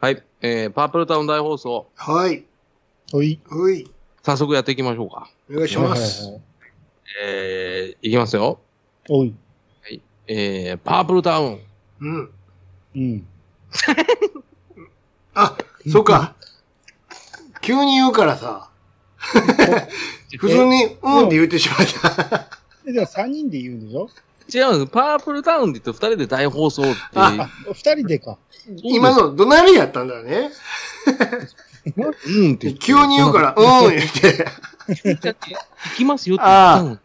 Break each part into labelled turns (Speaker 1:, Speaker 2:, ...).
Speaker 1: はい。えー、パープルタウン大放送、
Speaker 2: はい。
Speaker 3: はい。
Speaker 2: はい。
Speaker 1: 早速やっていきましょうか。
Speaker 2: お願いします。
Speaker 1: えー、いきますよ。
Speaker 3: おい。
Speaker 1: えー、パープルタウン。
Speaker 2: うん。
Speaker 3: うん。
Speaker 2: あ、そっか。急に言うからさ。普通に、うんって言ってしまった。
Speaker 3: えじゃあ3人で言うんでしょ
Speaker 1: 違うんです。パープルタウンって言って二人で大放送って。
Speaker 3: あ、2人でか。
Speaker 2: 今の怒鳴りやったんだね。
Speaker 1: うんって言って
Speaker 2: 急に言うから、うん言って。
Speaker 1: 行きますよって言ったの。
Speaker 3: い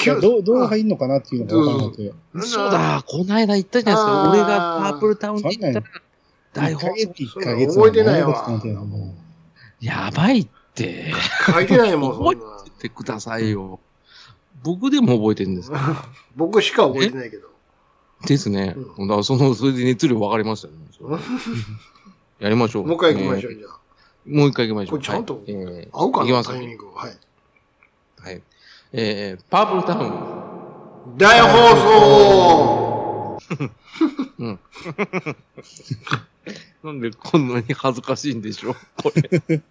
Speaker 2: 急
Speaker 3: やどう、どう入んのかなっていうのが分からなくて。
Speaker 1: 嘘だ。こないだ言ったじゃないです
Speaker 2: あー
Speaker 1: か。俺がパープルタウンって言ったら大
Speaker 3: 1
Speaker 1: 放
Speaker 3: ヶ
Speaker 1: 送。
Speaker 3: 月、1ヶ月。
Speaker 2: 覚えてないわ
Speaker 3: なんていうのはも
Speaker 1: やばいって。
Speaker 2: 書いてないもん、そ
Speaker 1: 覚
Speaker 2: んな
Speaker 1: えてくださいよ。僕でも覚えてるんですか。
Speaker 2: 僕しか覚えてないけど。
Speaker 1: ですね。
Speaker 2: う
Speaker 1: だからその、それで熱量分かりましたね。 やりましょう。
Speaker 2: もう一回行きましょ
Speaker 1: え
Speaker 2: う、じゃあ。
Speaker 1: ーもう一回行きましょう。
Speaker 2: これちゃんと
Speaker 1: はいえー
Speaker 2: 合うか
Speaker 1: 行き
Speaker 2: な、
Speaker 1: ます
Speaker 2: タ
Speaker 1: よ
Speaker 2: イミング。はい。
Speaker 1: はい。えー、パープルタウン。
Speaker 2: 大放送
Speaker 1: なんでこんなに恥ずかしいんでしょうこれ。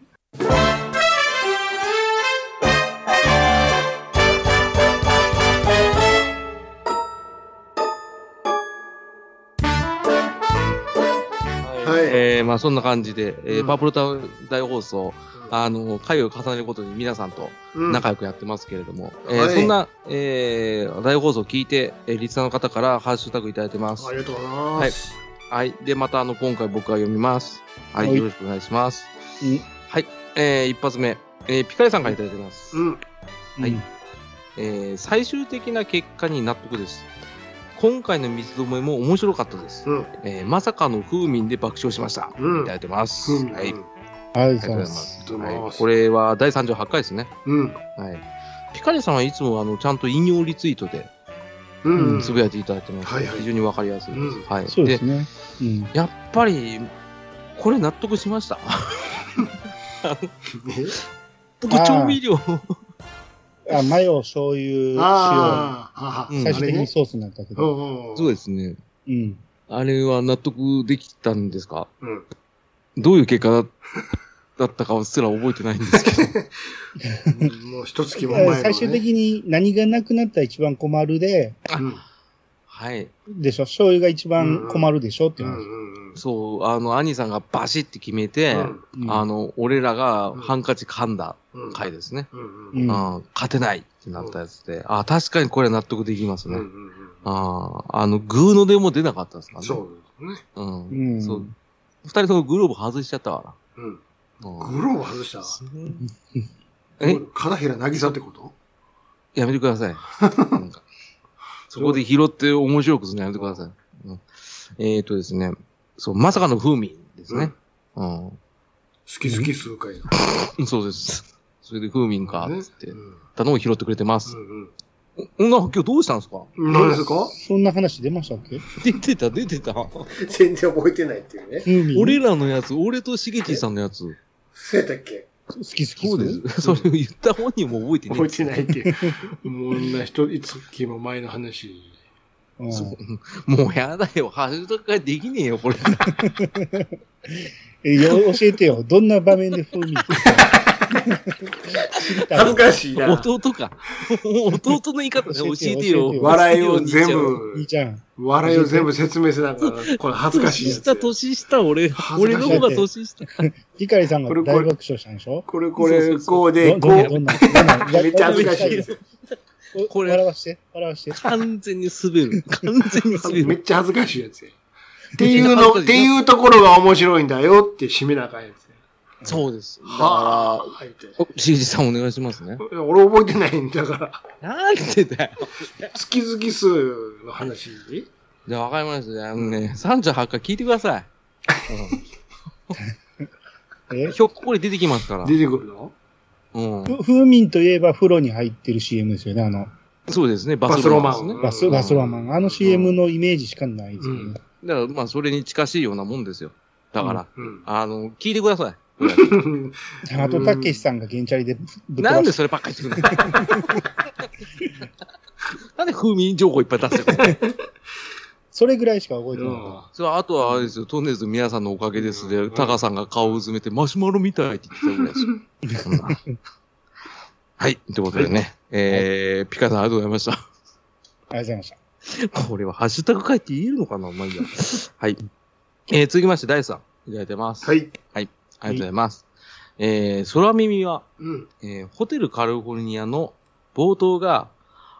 Speaker 2: はい。
Speaker 1: えー、まあそんな感じで、えー
Speaker 2: うん
Speaker 1: パープルタウン大放送、
Speaker 2: うん
Speaker 1: あの、回を重ねることに皆さんと
Speaker 2: うん
Speaker 1: 仲良くやってますけれども、
Speaker 2: うん
Speaker 1: えー
Speaker 2: はい
Speaker 1: そんな、えー、大放送を聞いて、えー、リスナーの方からハッシュタグいただいてます。
Speaker 2: あ
Speaker 1: はい。
Speaker 2: りがとうございます。
Speaker 1: で、また、あの、今回僕が読みます。はい。
Speaker 3: はい
Speaker 1: よろしくお願いします。
Speaker 3: ううん。
Speaker 1: えー、一発目、えー、ピカリさんからいただいてます。
Speaker 2: うん。
Speaker 1: はいえー最終的な結果に納得です。今回の水止めも面白かったです。
Speaker 2: うん。
Speaker 1: えーまさかの風味で爆笑しました。
Speaker 2: うん
Speaker 1: いただいてます。
Speaker 2: うん。
Speaker 1: はい。
Speaker 3: あ
Speaker 1: ありが
Speaker 3: りがと
Speaker 1: とうござ
Speaker 3: うござい
Speaker 1: い
Speaker 3: ます。
Speaker 2: うん
Speaker 1: ます。はい、これは第38回ですね。
Speaker 2: うん。
Speaker 1: はい。ピカリさんはいつもあのちゃんと引用リツイートで
Speaker 2: うん。
Speaker 1: つぶやいていただいてます、
Speaker 2: はいはい
Speaker 1: 非常にわかりやすいです。
Speaker 2: うん
Speaker 1: はい。
Speaker 3: そうです
Speaker 1: で、
Speaker 3: ね。うん。
Speaker 1: やっぱり、これ納得しま した。僕、
Speaker 3: あー
Speaker 1: 調味料を、
Speaker 3: あ、マヨ、醤油、
Speaker 2: ああ、はは。
Speaker 1: うん
Speaker 3: 塩。最終的にソースになったけど。
Speaker 1: そうですすね。
Speaker 3: うん。
Speaker 1: あれは納得できたんですか
Speaker 2: うん。
Speaker 1: どういう結果だだったかすら覚えてないんですけ ど。
Speaker 2: もう一月も前の、ね。
Speaker 3: 最終的に何がなくなったら一番困るで、
Speaker 2: うん。
Speaker 1: はい。
Speaker 3: でしょ醤油が一番困るでしょって
Speaker 2: う
Speaker 3: い
Speaker 2: ん
Speaker 3: う
Speaker 2: うんうん。
Speaker 1: そう、あの、兄さんがバシって決めて、
Speaker 3: 話。
Speaker 1: あの、俺らがハンカチ噛んだ
Speaker 2: うん。
Speaker 1: 回ですね。
Speaker 2: うん
Speaker 3: う
Speaker 2: うん。
Speaker 3: ん
Speaker 1: うん、勝てないってなったやつで、あ、確かにこれ納得できます
Speaker 2: うん
Speaker 1: ね。
Speaker 2: うんう
Speaker 1: ああ、あの、グーの出も出なかったですから
Speaker 2: ん。
Speaker 1: ね。
Speaker 2: そうですね。
Speaker 1: う。ん。
Speaker 3: うん。
Speaker 1: そう。二人ともグローブ外しちゃったか
Speaker 2: うん。
Speaker 1: ら。うん
Speaker 2: グローブ外した。
Speaker 1: え
Speaker 2: 片平なぎさってこと
Speaker 1: やめてください。なんかそこで拾って面白くするのやめてください。うんえっ、とですね、そう、まさかの風味ですね。うん。
Speaker 2: 好き好き数回だ。
Speaker 1: そうです。それで風味か、つって
Speaker 2: う。ん。
Speaker 1: 頼む拾ってくれてます。
Speaker 2: うん
Speaker 1: 女の子今日どうしたんですか
Speaker 2: うん。何ですか
Speaker 3: そんな話出ましたっけ
Speaker 1: 出てた、出てた。
Speaker 2: 全然覚えてないっていうね。
Speaker 3: 風味
Speaker 1: 俺らのやつ、俺としげちさんのやつ。
Speaker 2: そうやったっけ
Speaker 3: 好き好き。
Speaker 1: そうで。す。それを言った本人も覚えてない
Speaker 2: 覚え。てないっていう。もうな一月も前の話。
Speaker 3: うん
Speaker 1: そうもうやだよ。ハッシュタグができねえよ、これ。
Speaker 3: えよ教えてよ。どんな場面で風味知りたい。
Speaker 2: かし
Speaker 1: 弟 か。弟の言い方で教えてよ。
Speaker 2: 笑いを全
Speaker 3: いい
Speaker 2: 部、
Speaker 3: じゃん。
Speaker 2: 笑いを全部説明せながら、これ恥ずかしい
Speaker 1: 年
Speaker 2: や
Speaker 1: 下、
Speaker 2: つ。
Speaker 1: 年下、俺
Speaker 2: 恥、ず
Speaker 1: 俺
Speaker 2: かし
Speaker 1: の
Speaker 2: い
Speaker 1: 方が年下。
Speaker 3: ヒカリさんが
Speaker 2: これ
Speaker 3: 大
Speaker 2: これ
Speaker 3: 爆笑したんでしょ
Speaker 2: これこれ、こうで、
Speaker 3: ど
Speaker 2: こ
Speaker 3: どんな、
Speaker 2: う。
Speaker 3: どんな、どんな
Speaker 2: めっちゃ恥ずかしいですよ。
Speaker 3: こ
Speaker 1: こ
Speaker 3: れ。
Speaker 1: れ
Speaker 3: 笑わして、笑わして。
Speaker 1: 完全に滑 る。完全に滑
Speaker 2: め
Speaker 1: る。
Speaker 2: っちゃ恥ずかしいやつや。っていうの、っていうところが面白いんだよって締めなあかんやつや。
Speaker 1: そうです。だ
Speaker 2: は
Speaker 1: か
Speaker 2: あ、入って。
Speaker 1: ら、おしげじさんお願いしますね。
Speaker 2: 俺覚えてないんだから。
Speaker 1: なんでだよ。
Speaker 2: 月々数の話。
Speaker 1: じゃあ、わかりました。あのね、38回聞いてください。
Speaker 3: え
Speaker 1: ひょっこり出てきますから。
Speaker 2: 出てくるの
Speaker 1: うん。
Speaker 3: ふ風味といえば風呂に入ってる CM ですよね。あの、
Speaker 1: そうですね、バ
Speaker 2: バ
Speaker 1: ス
Speaker 2: ス
Speaker 1: ロ
Speaker 2: ロ
Speaker 1: マン
Speaker 2: マ
Speaker 1: ですね。
Speaker 2: ン。
Speaker 3: バス、バスロマン。あの CM のイメージしかないですよね。
Speaker 1: だから、まあ、それに近しいようなもんですよ。だから、
Speaker 2: うん。
Speaker 1: あの、聞いてください。
Speaker 2: うん。
Speaker 3: あと、たけしさんがゲンチャリでぶぶっ
Speaker 1: なん
Speaker 3: 飛ば
Speaker 1: で
Speaker 3: し
Speaker 1: そればっかり言ってくるの なんで風味情報いっぱい出してくるの
Speaker 3: それぐらいしか覚えてない。
Speaker 1: それはあとはあれですよ、トンネルズ皆さんのおかげですで、タカさんが顔をうずめて、マシュマロみたいって言ってたぐらいですよそんな。はい、ということでね、えー、ピカさんありがとうございました。
Speaker 3: ありがとうございました。
Speaker 1: これはハッシュタグ書いて言えるのかなまあいいや。はい。えー、続きまして、第3、いただいてます。。
Speaker 2: はいい。
Speaker 1: ありがとうございます。えー、空耳は、
Speaker 2: うん。
Speaker 1: えーホテルカリフォルニアの冒頭が、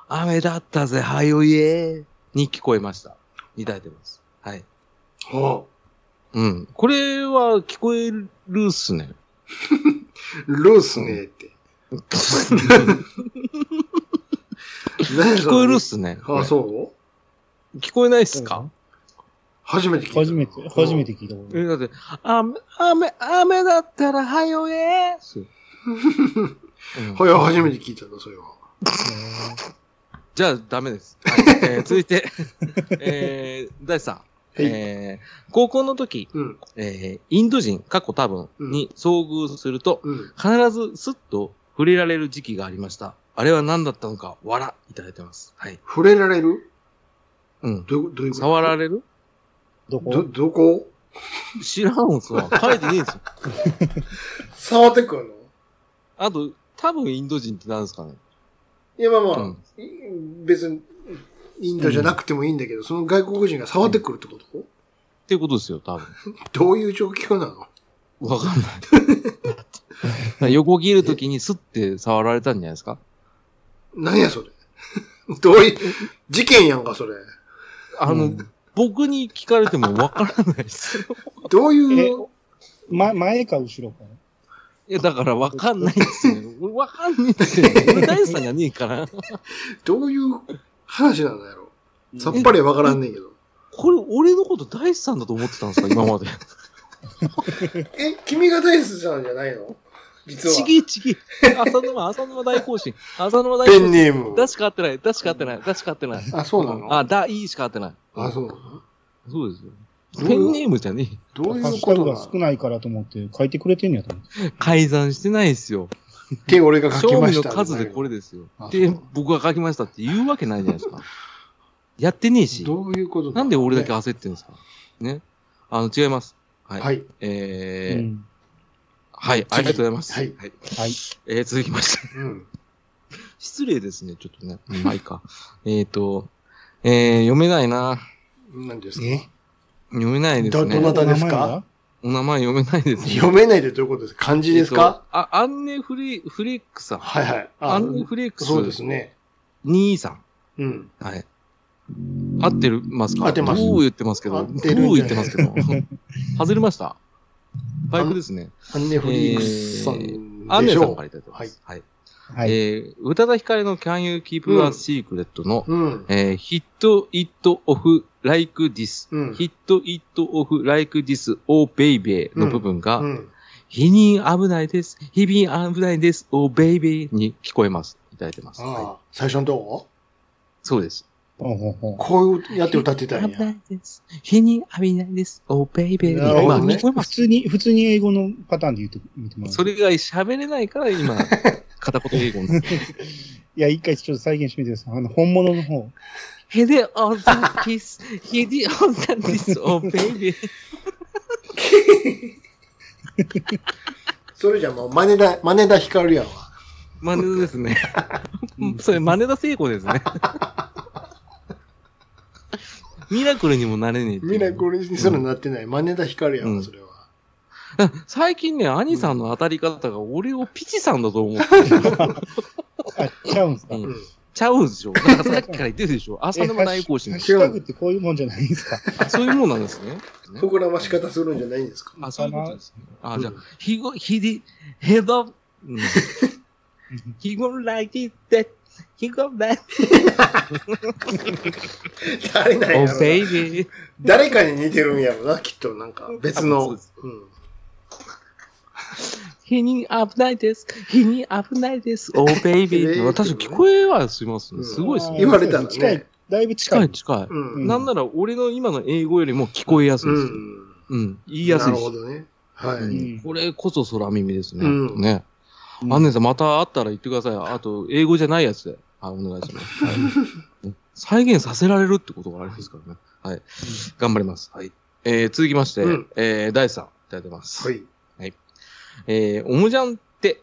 Speaker 1: 雨だったぜ、はよいえに聞こえました。いただいてます。はい。
Speaker 2: ほ
Speaker 1: うん。これは聞こえるっす ね。
Speaker 2: う。ルースねって。
Speaker 1: 聞
Speaker 2: 聞
Speaker 1: こえるっすね。
Speaker 2: あ、 そう
Speaker 1: 聞こえないっすか、
Speaker 2: 初めて聞いた。
Speaker 3: 初めて、初めて聞いたこ
Speaker 1: え、だって、雨、雨、雨だったらはよ えっす。うん
Speaker 2: うん。はい、初めて聞いたの、それは。
Speaker 3: と
Speaker 1: じゃあ、ダメです。はいえー続いて、 えー、第3。
Speaker 2: はい。
Speaker 1: えー高校の時、
Speaker 2: うん。
Speaker 1: えーインド人、過去多分に遭遇すると、
Speaker 2: うん。
Speaker 1: 必ずスッと触れられる時期がありました。あれは何だったのか、わら、いただいてます。はい。
Speaker 2: 触れられる
Speaker 1: うん。
Speaker 2: どういうどういうこと
Speaker 1: 触られる
Speaker 2: ど、
Speaker 3: どこ
Speaker 2: どこ
Speaker 1: 知らんすわ。書いてねえんすよ。
Speaker 2: 触ってくるの
Speaker 1: あと、多分インド人って何ですかね。
Speaker 2: いや、まあまあ、
Speaker 1: うん
Speaker 2: い別に、インドじゃなくてもいいんだけど、その外国人が触ってくるってこと、
Speaker 1: っていうことですよ、多分。
Speaker 2: どういう状況なの
Speaker 1: わかんない。横切るときにスッて触られたんじゃないですか
Speaker 2: 何やそれ。 どういう、事件やんか、それ。
Speaker 1: あの、
Speaker 3: うん
Speaker 1: 僕に聞かれてもわからないですよ。
Speaker 2: どうい
Speaker 3: え
Speaker 2: う、
Speaker 3: ま、前か後ろかね。
Speaker 1: いや、だからわかんないんですよ。 俺わかんないんですよ。俺大好きじゃねえから。
Speaker 2: どういう話なんだろう。さっぱりわからんねんけど。
Speaker 1: これ、俺のこと大地さんだと思ってたんですか今まで。
Speaker 2: え、君が大好きなんじゃないの実は。
Speaker 1: ちぎいちぎい。浅沼、浅沼大行進。浅沼大
Speaker 2: ペ
Speaker 1: 行
Speaker 2: ン
Speaker 1: 進。
Speaker 2: ネーム。
Speaker 1: だしか合ってない。だしか合ってない。だしか合ってない。
Speaker 2: あ、そうなの
Speaker 1: あ、だ、いいしか合ってない。
Speaker 2: あ、そうなの
Speaker 1: そうですよ。
Speaker 2: どう
Speaker 1: ペンネームじゃね
Speaker 2: どう
Speaker 3: ハッ
Speaker 2: いう
Speaker 3: シュ
Speaker 2: こ
Speaker 3: タ
Speaker 2: と
Speaker 3: グが
Speaker 2: な
Speaker 3: 少
Speaker 2: の
Speaker 3: ないからと思って書いてくれてんやと思って。
Speaker 1: え。改ざんしてないですよ。
Speaker 2: って俺が書き
Speaker 1: 賞
Speaker 2: ま
Speaker 1: 味
Speaker 2: し
Speaker 1: の
Speaker 2: た。
Speaker 1: 数でこれですよ
Speaker 2: あ。
Speaker 1: で
Speaker 2: そう、
Speaker 1: 僕が書きましたって言うわけないじゃないです か。やってねえし。
Speaker 2: どういうこと
Speaker 1: なんで俺だけ
Speaker 2: は
Speaker 1: 焦ってんですかね。あの、違います。はい。
Speaker 2: はい。
Speaker 1: え
Speaker 3: う
Speaker 1: ー
Speaker 3: ん
Speaker 1: はい、ありがとうございます。
Speaker 2: はい
Speaker 3: はい。
Speaker 1: えー続きまして。
Speaker 2: うん。
Speaker 1: 失礼ですね、ちょっとね。まあいいか。えっと、えー、読めないな。
Speaker 2: 何です
Speaker 3: え
Speaker 2: か
Speaker 1: 読めないです
Speaker 2: ど、ど
Speaker 1: ね
Speaker 2: な。たです
Speaker 3: お名前
Speaker 2: か
Speaker 3: は
Speaker 1: お名前読めないですね。
Speaker 2: 読めないでどういうことですか漢字ですか
Speaker 1: えっとあ、アンネフレ、フレックさん。
Speaker 2: はいはい。
Speaker 1: ア
Speaker 2: あ
Speaker 1: ンネフレックス
Speaker 2: そうですね。
Speaker 1: 兄さん。
Speaker 2: うん。
Speaker 1: はい。合ってるますか
Speaker 2: 合ってます
Speaker 1: どう言ってますけど。
Speaker 2: 合
Speaker 1: ど
Speaker 2: っ
Speaker 1: う
Speaker 2: てるんじ
Speaker 1: 言っ
Speaker 2: ゃない
Speaker 1: てますけど。 外れました。バイクですね。
Speaker 2: アンネフリークスさんでしょう。
Speaker 1: アンネさんからいただいてま
Speaker 2: はい
Speaker 1: す。はい。
Speaker 3: はい。
Speaker 1: えー、宇多田ヒカルの Can You Keep a Secret の、
Speaker 2: うん。
Speaker 1: えー、Hit It Off Like This
Speaker 2: うん。
Speaker 1: ヒットイットオフライクディスオーベイベーの部分が、
Speaker 2: うん。
Speaker 1: 日に危ないです、日々危ないです、オーベイベーに聞こえます。いただいてます。はい、
Speaker 2: ああ、最初のとこ
Speaker 1: そうです。
Speaker 3: ほうほうほう
Speaker 2: こういうやって歌ってたん
Speaker 1: 日に危な
Speaker 2: や。
Speaker 1: いです、日に危ないです、オーベイベーに、
Speaker 2: なるほ
Speaker 1: ま
Speaker 2: ど
Speaker 1: あ
Speaker 2: ね
Speaker 1: 聞こえま
Speaker 3: 普
Speaker 1: す。
Speaker 3: 通に、普通に英語のパターンで言ってみてもらう。
Speaker 1: それ以外喋れないから 今、片言英語に。
Speaker 3: いや、一回ちょっと再現してみてください。あの、本物の方。
Speaker 1: 日でオンザキス、日でオンザキス、オーベイベー。
Speaker 2: それじゃもう真似だ、真似だ光るやわ。
Speaker 1: 真似ですね。 それ真似だ成功です ね。ミラクルにもなれねえっていう
Speaker 2: ミラクルにすらなってない。真似だ光るや
Speaker 1: う
Speaker 2: わ、
Speaker 1: ん
Speaker 2: それは。
Speaker 1: 最近ね、兄さんの当たり方が俺をピチさんだと 思ってる
Speaker 3: あ、ちゃうんすか。
Speaker 1: うん
Speaker 2: うん。
Speaker 1: ちゃうでしょ。なんかさっきから言ってるでしょ。朝でも大行進
Speaker 3: ハッ。シュタグってこういうもんじゃないんですか。
Speaker 1: あそういうもんなんですね。ね
Speaker 2: 膨らまし方するんじゃないんですか
Speaker 1: あ、そういうことですね。あ、じゃあ
Speaker 2: うん、
Speaker 1: he go, he did, he go, うん he go like it, that, he go like,
Speaker 2: 誰なんや
Speaker 1: oh
Speaker 2: ろな
Speaker 1: baby.
Speaker 2: 誰かに似てるんやろな、きっとなんか。別
Speaker 1: あそ
Speaker 2: の
Speaker 1: うです。
Speaker 2: うん
Speaker 1: 日に危ないです。日に危ないです。Oh
Speaker 2: え
Speaker 1: baby.
Speaker 2: ー
Speaker 1: 私聞こえはします
Speaker 2: う
Speaker 1: ね。
Speaker 2: ん
Speaker 1: すごいですね。
Speaker 2: 言われたらね
Speaker 3: 近い。だいぶ近
Speaker 1: 近い
Speaker 3: い。
Speaker 1: 近い。
Speaker 2: う。
Speaker 3: うんん
Speaker 1: なんなら俺の今の英語よりも聞こえやすいです。
Speaker 2: ん。
Speaker 1: うん。言いや
Speaker 2: な
Speaker 1: すい
Speaker 2: る
Speaker 1: し
Speaker 2: ほ。どね。は
Speaker 1: う
Speaker 2: い。
Speaker 1: んこれこそ空耳ですね。
Speaker 2: うん
Speaker 1: ね。
Speaker 3: うん
Speaker 1: アンネさん、またあったら言ってください。あと、英語じゃないやつで。あ、お願いします。はい再現させられるってことがありますからね。はい。頑張ります。はい。えー、続きまして、
Speaker 2: う
Speaker 1: うんえー、第3、いただいてます。。
Speaker 2: はいい。
Speaker 1: えー、おもじゃんって、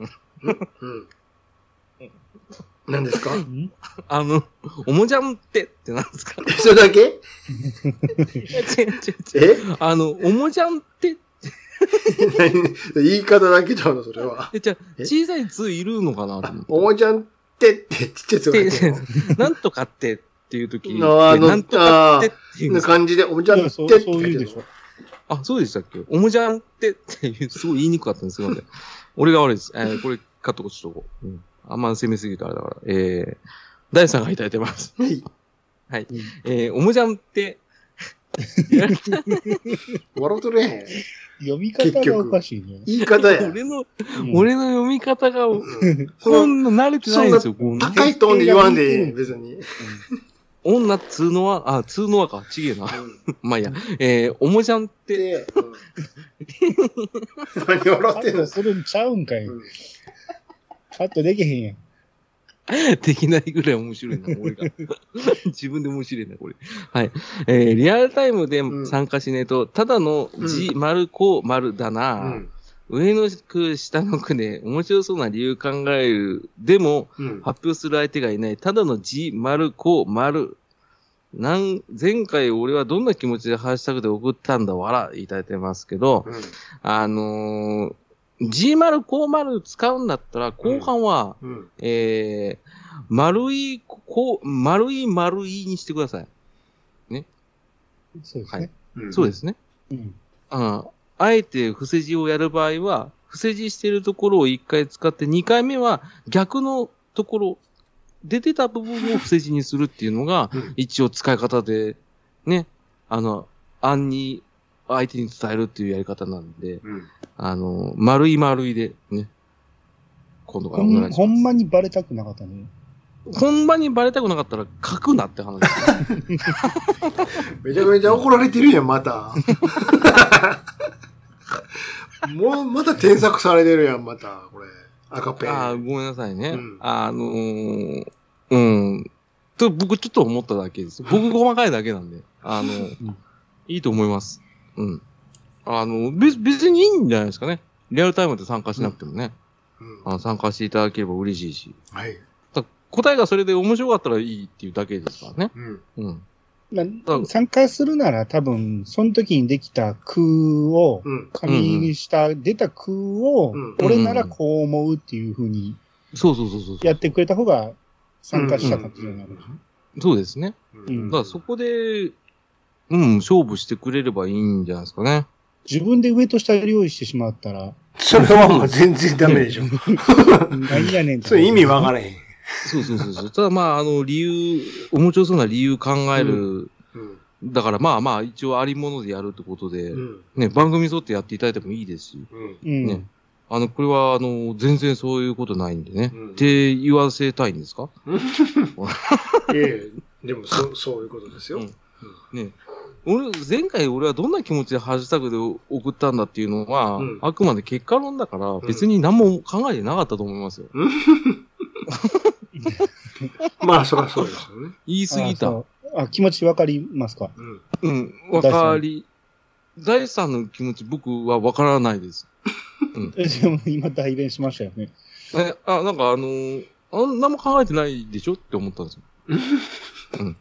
Speaker 2: うん。何ですか
Speaker 3: ん
Speaker 1: あの、おもじゃんってってなんですか
Speaker 2: それだけ
Speaker 1: 違う違う違う。
Speaker 2: え
Speaker 1: あの、おもじゃんって、
Speaker 2: 何言い方だけだの、それは。
Speaker 1: え、じゃあ
Speaker 2: え
Speaker 1: 小さい図いるのかなと思って。
Speaker 2: おもちゃんってって、ちっちゃいつがいてる
Speaker 1: なんとかってっていう時
Speaker 2: なあの
Speaker 1: なんとかってっていうん
Speaker 2: の
Speaker 1: ですか
Speaker 2: 感じで、おもちゃん
Speaker 3: い
Speaker 2: って
Speaker 3: や
Speaker 2: って
Speaker 3: そ
Speaker 2: って
Speaker 3: うそう言うでしょ。
Speaker 1: あ、そうでしたっけおもじゃんってっていう、すごい言いにくかったんです。すいません。俺が悪いです。えーこれ、カットこっちとこう。うん。あんま攻めすぎたらだから。えー、第3がいただいてます。
Speaker 2: はい。
Speaker 1: えー、おもじゃんって、
Speaker 2: 笑うとれへん。
Speaker 3: 読み方がおかしいね。
Speaker 2: 言い方や。
Speaker 1: 俺の、
Speaker 3: うん
Speaker 1: 俺の読み方が、こ
Speaker 2: その
Speaker 1: んな慣れてないんですよ、こんな。
Speaker 2: 高いトーンで言わんでいい、別に。
Speaker 1: 女っつうのは、あ、つうのはか、ちげえな。 まあいいや。えー、おもじゃんって、
Speaker 2: で、 何笑
Speaker 3: カ
Speaker 2: って
Speaker 3: ッ
Speaker 2: んの
Speaker 3: トするんちゃうんかい
Speaker 2: うん。
Speaker 3: カットできへんやん。
Speaker 1: できないぐらい面白いな、俺が。 自分で面白いな、これ。はい。えー、リアルタイムで
Speaker 2: ん
Speaker 1: 参加しねえと、ただの字丸子丸だな、
Speaker 2: うん。
Speaker 1: 上の句、下の句で面白そうな理由考える。でも、
Speaker 2: うん。
Speaker 1: 発表する相手がいない。ただの字丸子丸。なん、前回俺はどんな気持ちでハッシュタグで送ったんだわら、いただいてますけど、あのー、G 丸、こう丸使うんだったら、後半は、
Speaker 2: うん。
Speaker 1: えー、丸い、こう、丸い丸いにしてください。
Speaker 3: そうですね。
Speaker 2: うん。。
Speaker 1: そうですすね。
Speaker 3: うん。
Speaker 1: うん。あえて伏せ字をやる場合は、伏せ字してるところを1回使って、2回目は逆のところ、出てた部分を伏せ字にするっていうのが
Speaker 2: うん、
Speaker 1: 一応使い方で、ね、あの、暗に相手に伝えるっていうやり方なんで、
Speaker 2: うん。
Speaker 1: あの、丸い丸いで、ね。今度か
Speaker 3: ほ
Speaker 1: らお願
Speaker 3: ん
Speaker 1: いし
Speaker 3: ほ
Speaker 1: ま
Speaker 3: んまにバレたくなかったね。
Speaker 1: す。ほんまにバレたくなかったら書くなって話です。
Speaker 2: めちゃめちゃ怒られてるやん、ま た。もう、また添削されてるやん、また、これ。赤ペン。
Speaker 1: ああ、ごめんなさいね。
Speaker 2: うん
Speaker 1: あのー、うん。と、僕ちょっと思っただけです。僕細かいだけなんで。あの、いいと思います。うん。あの、別、別にいいんじゃないですかね。リアルタイムで参加しなくてもね。
Speaker 2: うん
Speaker 1: あ参加していただければ嬉しいし。
Speaker 2: はい。
Speaker 1: た答えがそれで面白かったらいいっていうだけですからね。
Speaker 2: うん。
Speaker 1: うん。
Speaker 3: な
Speaker 1: そう
Speaker 3: 参加するなら多分、その時にできた空を、
Speaker 2: うん。
Speaker 3: 紙にした、出た空を、
Speaker 2: うん
Speaker 3: 俺ならこう思うっていう風に
Speaker 1: そうそうそうそう。
Speaker 3: やってくれた方が参加したかったじゃないか
Speaker 1: そうですね。
Speaker 3: うん
Speaker 1: だからそこで、うん、勝負してくれればいいんじゃないですかね。
Speaker 3: 自分で上と下で用意してしまったら、
Speaker 2: それはもう全然ダメでしょ。
Speaker 3: 何やねん
Speaker 2: それ意味わ
Speaker 3: か
Speaker 2: からへん。
Speaker 1: そうそうそうそう。ただまあ、あの、理由、面白そうな理由考える。
Speaker 2: うん。
Speaker 1: だからまあまあ、一応ありものでやるってことで、
Speaker 2: うん。
Speaker 1: ね、番組に沿ってやっていただいてもいいですし、
Speaker 2: うん。
Speaker 3: うん。
Speaker 1: ねあの、これはあの、全然そういうことないんでね。
Speaker 2: うん
Speaker 1: って言わせたいんですか
Speaker 2: いえいえ、でもそ、そういうことですよ。
Speaker 1: うんね。俺、前回俺はどんな気持ちでハッシュタグで送ったんだっていうのは、
Speaker 2: うん
Speaker 1: あくまで結果論だから、
Speaker 2: ん
Speaker 1: 別に何も考えてなかったと思いますよ。
Speaker 2: まあ、そりゃそうですよね。
Speaker 1: 言い過ぎ
Speaker 3: あ
Speaker 1: た。
Speaker 3: そうあ気持ちわかりますか
Speaker 2: うん。
Speaker 1: うん、わかり。第三の気持ち僕はわからないです。
Speaker 3: えでも今代弁しましたよね。
Speaker 1: え、あ、なんかあのー、あん何も考えてないでしょって思った んですよ。うん。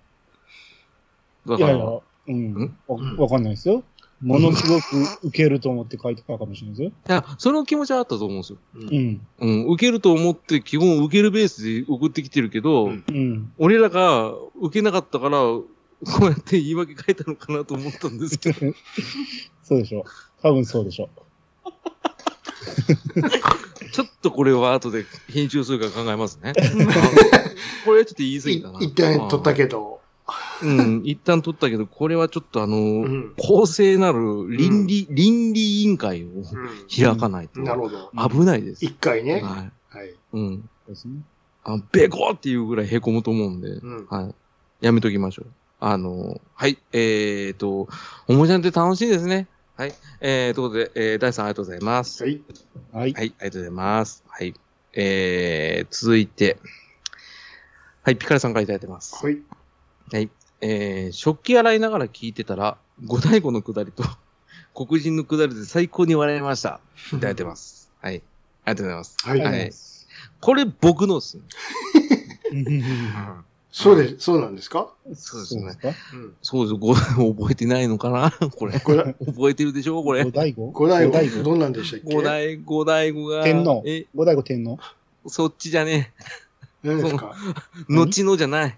Speaker 1: だ
Speaker 3: い
Speaker 1: から、
Speaker 3: やいや、うん
Speaker 1: ん。
Speaker 3: わ
Speaker 2: うん
Speaker 3: わかんないですよ。ものすごく受けると思って書いてたかもしれないですよ。
Speaker 1: いやその気持ちはあったと思うんですよ。
Speaker 2: う。
Speaker 3: うんん。
Speaker 1: うん、受けると思って、基本受けるベースで送ってきてるけど、
Speaker 2: うん
Speaker 3: うん。
Speaker 1: 俺らが受けなかったから、こうやって言い訳書いたのかなと思ったんですけど、
Speaker 3: そうでしょ。多分そうでしょ。
Speaker 1: ちょっとこれは後で編集するから考えますね。これはちょっと言い過
Speaker 2: い
Speaker 1: ぎたな。
Speaker 2: 一旦取ったけど。
Speaker 1: うん、一旦取ったけど、これはちょっとあのー、
Speaker 2: うん
Speaker 1: 公正なる倫理、倫理委員会を
Speaker 2: う
Speaker 1: 開かないと。
Speaker 2: ん。なるほど。
Speaker 1: 危ないです。
Speaker 2: 一回ね。
Speaker 1: はい。
Speaker 2: はい。
Speaker 1: うん。
Speaker 3: ですね。
Speaker 1: あベコっていうぐらい凹むと思うんで、
Speaker 2: うん。
Speaker 1: はい。やめときましょう。あのー、はい。えーと、おもちゃんって楽しいですね。はい。えー、ということで、えー、大地さんありがとうございます。
Speaker 2: はい。
Speaker 3: はい。
Speaker 1: はい、ありがとうございます。はい。えー、続いて、はい、ピカルさんからいただいてます。
Speaker 2: はい。
Speaker 1: はい。えー食器洗いながら聞いてたら、五大悟のくだりと黒人のくだりで最高に笑いました。いただいてます。はい。ありがとうございます。
Speaker 2: はい
Speaker 1: はい。これ僕のですね。
Speaker 2: そうで、そうなんですか
Speaker 1: そうです
Speaker 3: そうで
Speaker 1: ね
Speaker 3: す。か
Speaker 2: うん。
Speaker 1: そうです。ご覚えてないのかな これ。
Speaker 2: 五大
Speaker 1: 覚えてるでしょこれ
Speaker 3: 五。大悟
Speaker 2: 五大
Speaker 3: 五大
Speaker 2: 悟、
Speaker 3: 悟
Speaker 2: どんなんでしたっけ
Speaker 1: 五大、五大悟が。
Speaker 3: 天皇
Speaker 1: え、
Speaker 3: 五大悟天皇
Speaker 1: そっちじゃね
Speaker 2: 何ですか
Speaker 1: え。
Speaker 3: 何
Speaker 1: 後のじゃない。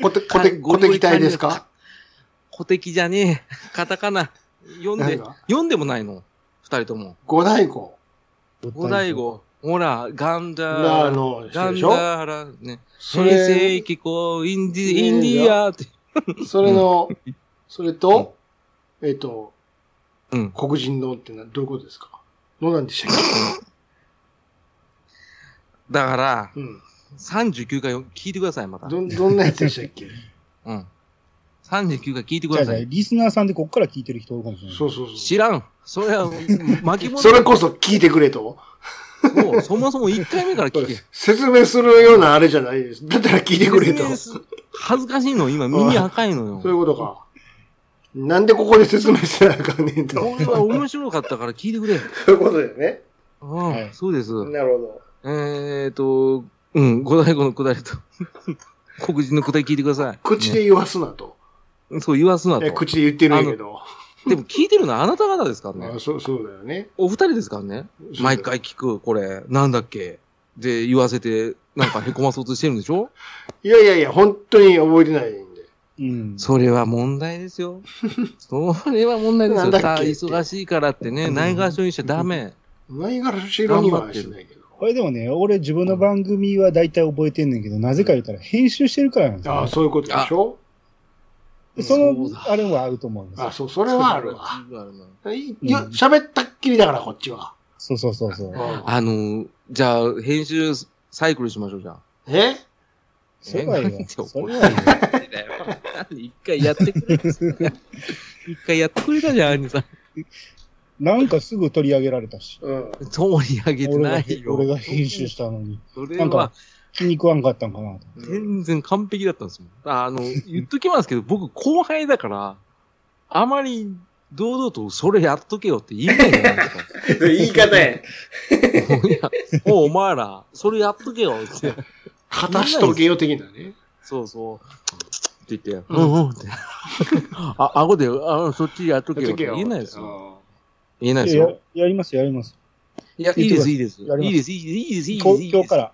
Speaker 2: 小手、小手、
Speaker 1: ゴ
Speaker 2: 小
Speaker 1: リゴ
Speaker 2: 手
Speaker 1: リ
Speaker 2: 隊ですか
Speaker 1: 古敵じゃねえ。カタカナ。読ん
Speaker 2: 何
Speaker 1: で、
Speaker 2: が
Speaker 1: 読んでもないの。二人とも。
Speaker 2: 五大悟
Speaker 1: 五大悟。ほら、ガン
Speaker 2: があ
Speaker 1: ダー。
Speaker 2: の人
Speaker 1: ガ
Speaker 2: で
Speaker 1: ン
Speaker 2: しょ
Speaker 1: ダーラ、ね。
Speaker 2: そ
Speaker 1: 平
Speaker 2: れ
Speaker 1: 成、紀行、インデ
Speaker 2: ね
Speaker 1: ィ、
Speaker 2: え
Speaker 1: インディアーって。
Speaker 2: それの、それと、えっと、
Speaker 1: うん。
Speaker 2: 黒人のってのはどういうことですかどうなんでしたっ
Speaker 1: だから、
Speaker 2: けうん。
Speaker 1: 39回よ聞いてください、また。
Speaker 2: どん、どんなやつでしたっけ
Speaker 1: うん。39回聞いてく
Speaker 3: じゃ
Speaker 1: ださ
Speaker 3: あじゃあ
Speaker 1: い。
Speaker 3: リスナーさんでこっから聞いてる人おるかもしれない。
Speaker 2: そうそうそ
Speaker 1: 知らん。それは、巻き
Speaker 2: う。
Speaker 1: 戻
Speaker 2: それこそ聞いてくれと。
Speaker 1: そうそもそも1回目から聞け。
Speaker 2: 説明するようなあれじゃないです。だったら聞いてくれと。
Speaker 1: 説明す恥ずかしいの、今、耳赤いのよ。
Speaker 2: そういうことか。なんでここで説明せなあかんねんと。
Speaker 1: これは面白かったから聞いてくれ。
Speaker 2: そういうことだよね。
Speaker 1: うん
Speaker 3: はい
Speaker 1: そうです。
Speaker 2: なるほど。
Speaker 1: えーと、うん、五大悟のくだりと、 黒人のくだり聞いてください。
Speaker 2: 口で言わすなと。
Speaker 1: ねそう言わすなと。
Speaker 2: え口で言ってるんやけど。
Speaker 1: でも聞いてるのはあなた方ですからね
Speaker 2: あ。そうそうだよね。
Speaker 1: お二人ですからね。毎回聞く、これ、なんだっけで、言わせて、なんか凹まそうとしてるんでしょ
Speaker 2: いやいやいや、本当に覚えてないんで。
Speaker 3: うん。
Speaker 1: それは問題です よ。それは問題です
Speaker 2: なん
Speaker 1: よ。
Speaker 2: だっけ
Speaker 1: た忙しいからってね、ないがしろにしちゃダメ。
Speaker 2: ないがらしろにはしてないけど。
Speaker 3: これでもね、俺自分の番組は大体覚えてんねんけど、なぜか言ったら編集してるからなんです
Speaker 2: ああ、
Speaker 3: よ。
Speaker 2: そういうことでしょ
Speaker 3: でそ
Speaker 1: そう
Speaker 3: の、
Speaker 1: だ
Speaker 3: あれはあると思うんです
Speaker 2: あ
Speaker 3: よ。
Speaker 2: そう、それはあるわ。
Speaker 1: わ。
Speaker 2: いいや喋ったっきりだから、こっちは。。
Speaker 3: そうそうそうそううん
Speaker 1: あのー、じゃあ、編集サイクルしましょうじゃん。
Speaker 2: え
Speaker 3: それはいい
Speaker 1: なん
Speaker 3: よ
Speaker 1: で。
Speaker 3: そ
Speaker 1: 怒
Speaker 3: れ
Speaker 1: る
Speaker 3: はいいよ。
Speaker 1: なんで一回やってくれた一回やってくれたじゃん、アニさん。
Speaker 3: なんかすぐ取り上げられたし。
Speaker 2: うん。
Speaker 1: 通り上げて
Speaker 3: 俺
Speaker 1: な
Speaker 3: が
Speaker 1: いよ。
Speaker 3: 俺が編集したのに、
Speaker 1: それ
Speaker 3: なん
Speaker 1: は
Speaker 3: か気に食わんかったんかなと。
Speaker 1: 全然完璧だったんですもん。あの、言っときますけど、僕後輩だから、あまり堂々とそれやっとけよって言えないじゃないですか。
Speaker 2: 言い方や。
Speaker 1: いや、もうお前ら、それやっとけよって。
Speaker 2: 果たしとけよ的なね。
Speaker 1: そうそう。って言って、
Speaker 2: う
Speaker 1: うんんうんって。あ、顎で、あ、そっちやっとけよって言えないですよ。
Speaker 2: よ。
Speaker 1: 言えない
Speaker 3: い
Speaker 1: で
Speaker 3: や
Speaker 1: す
Speaker 3: や
Speaker 1: よ。、
Speaker 3: やります、やります。
Speaker 1: いや、いいです、いいです。い
Speaker 3: やります
Speaker 1: いです、いいです、いいです。いい
Speaker 3: 今
Speaker 1: です
Speaker 3: 日今日から。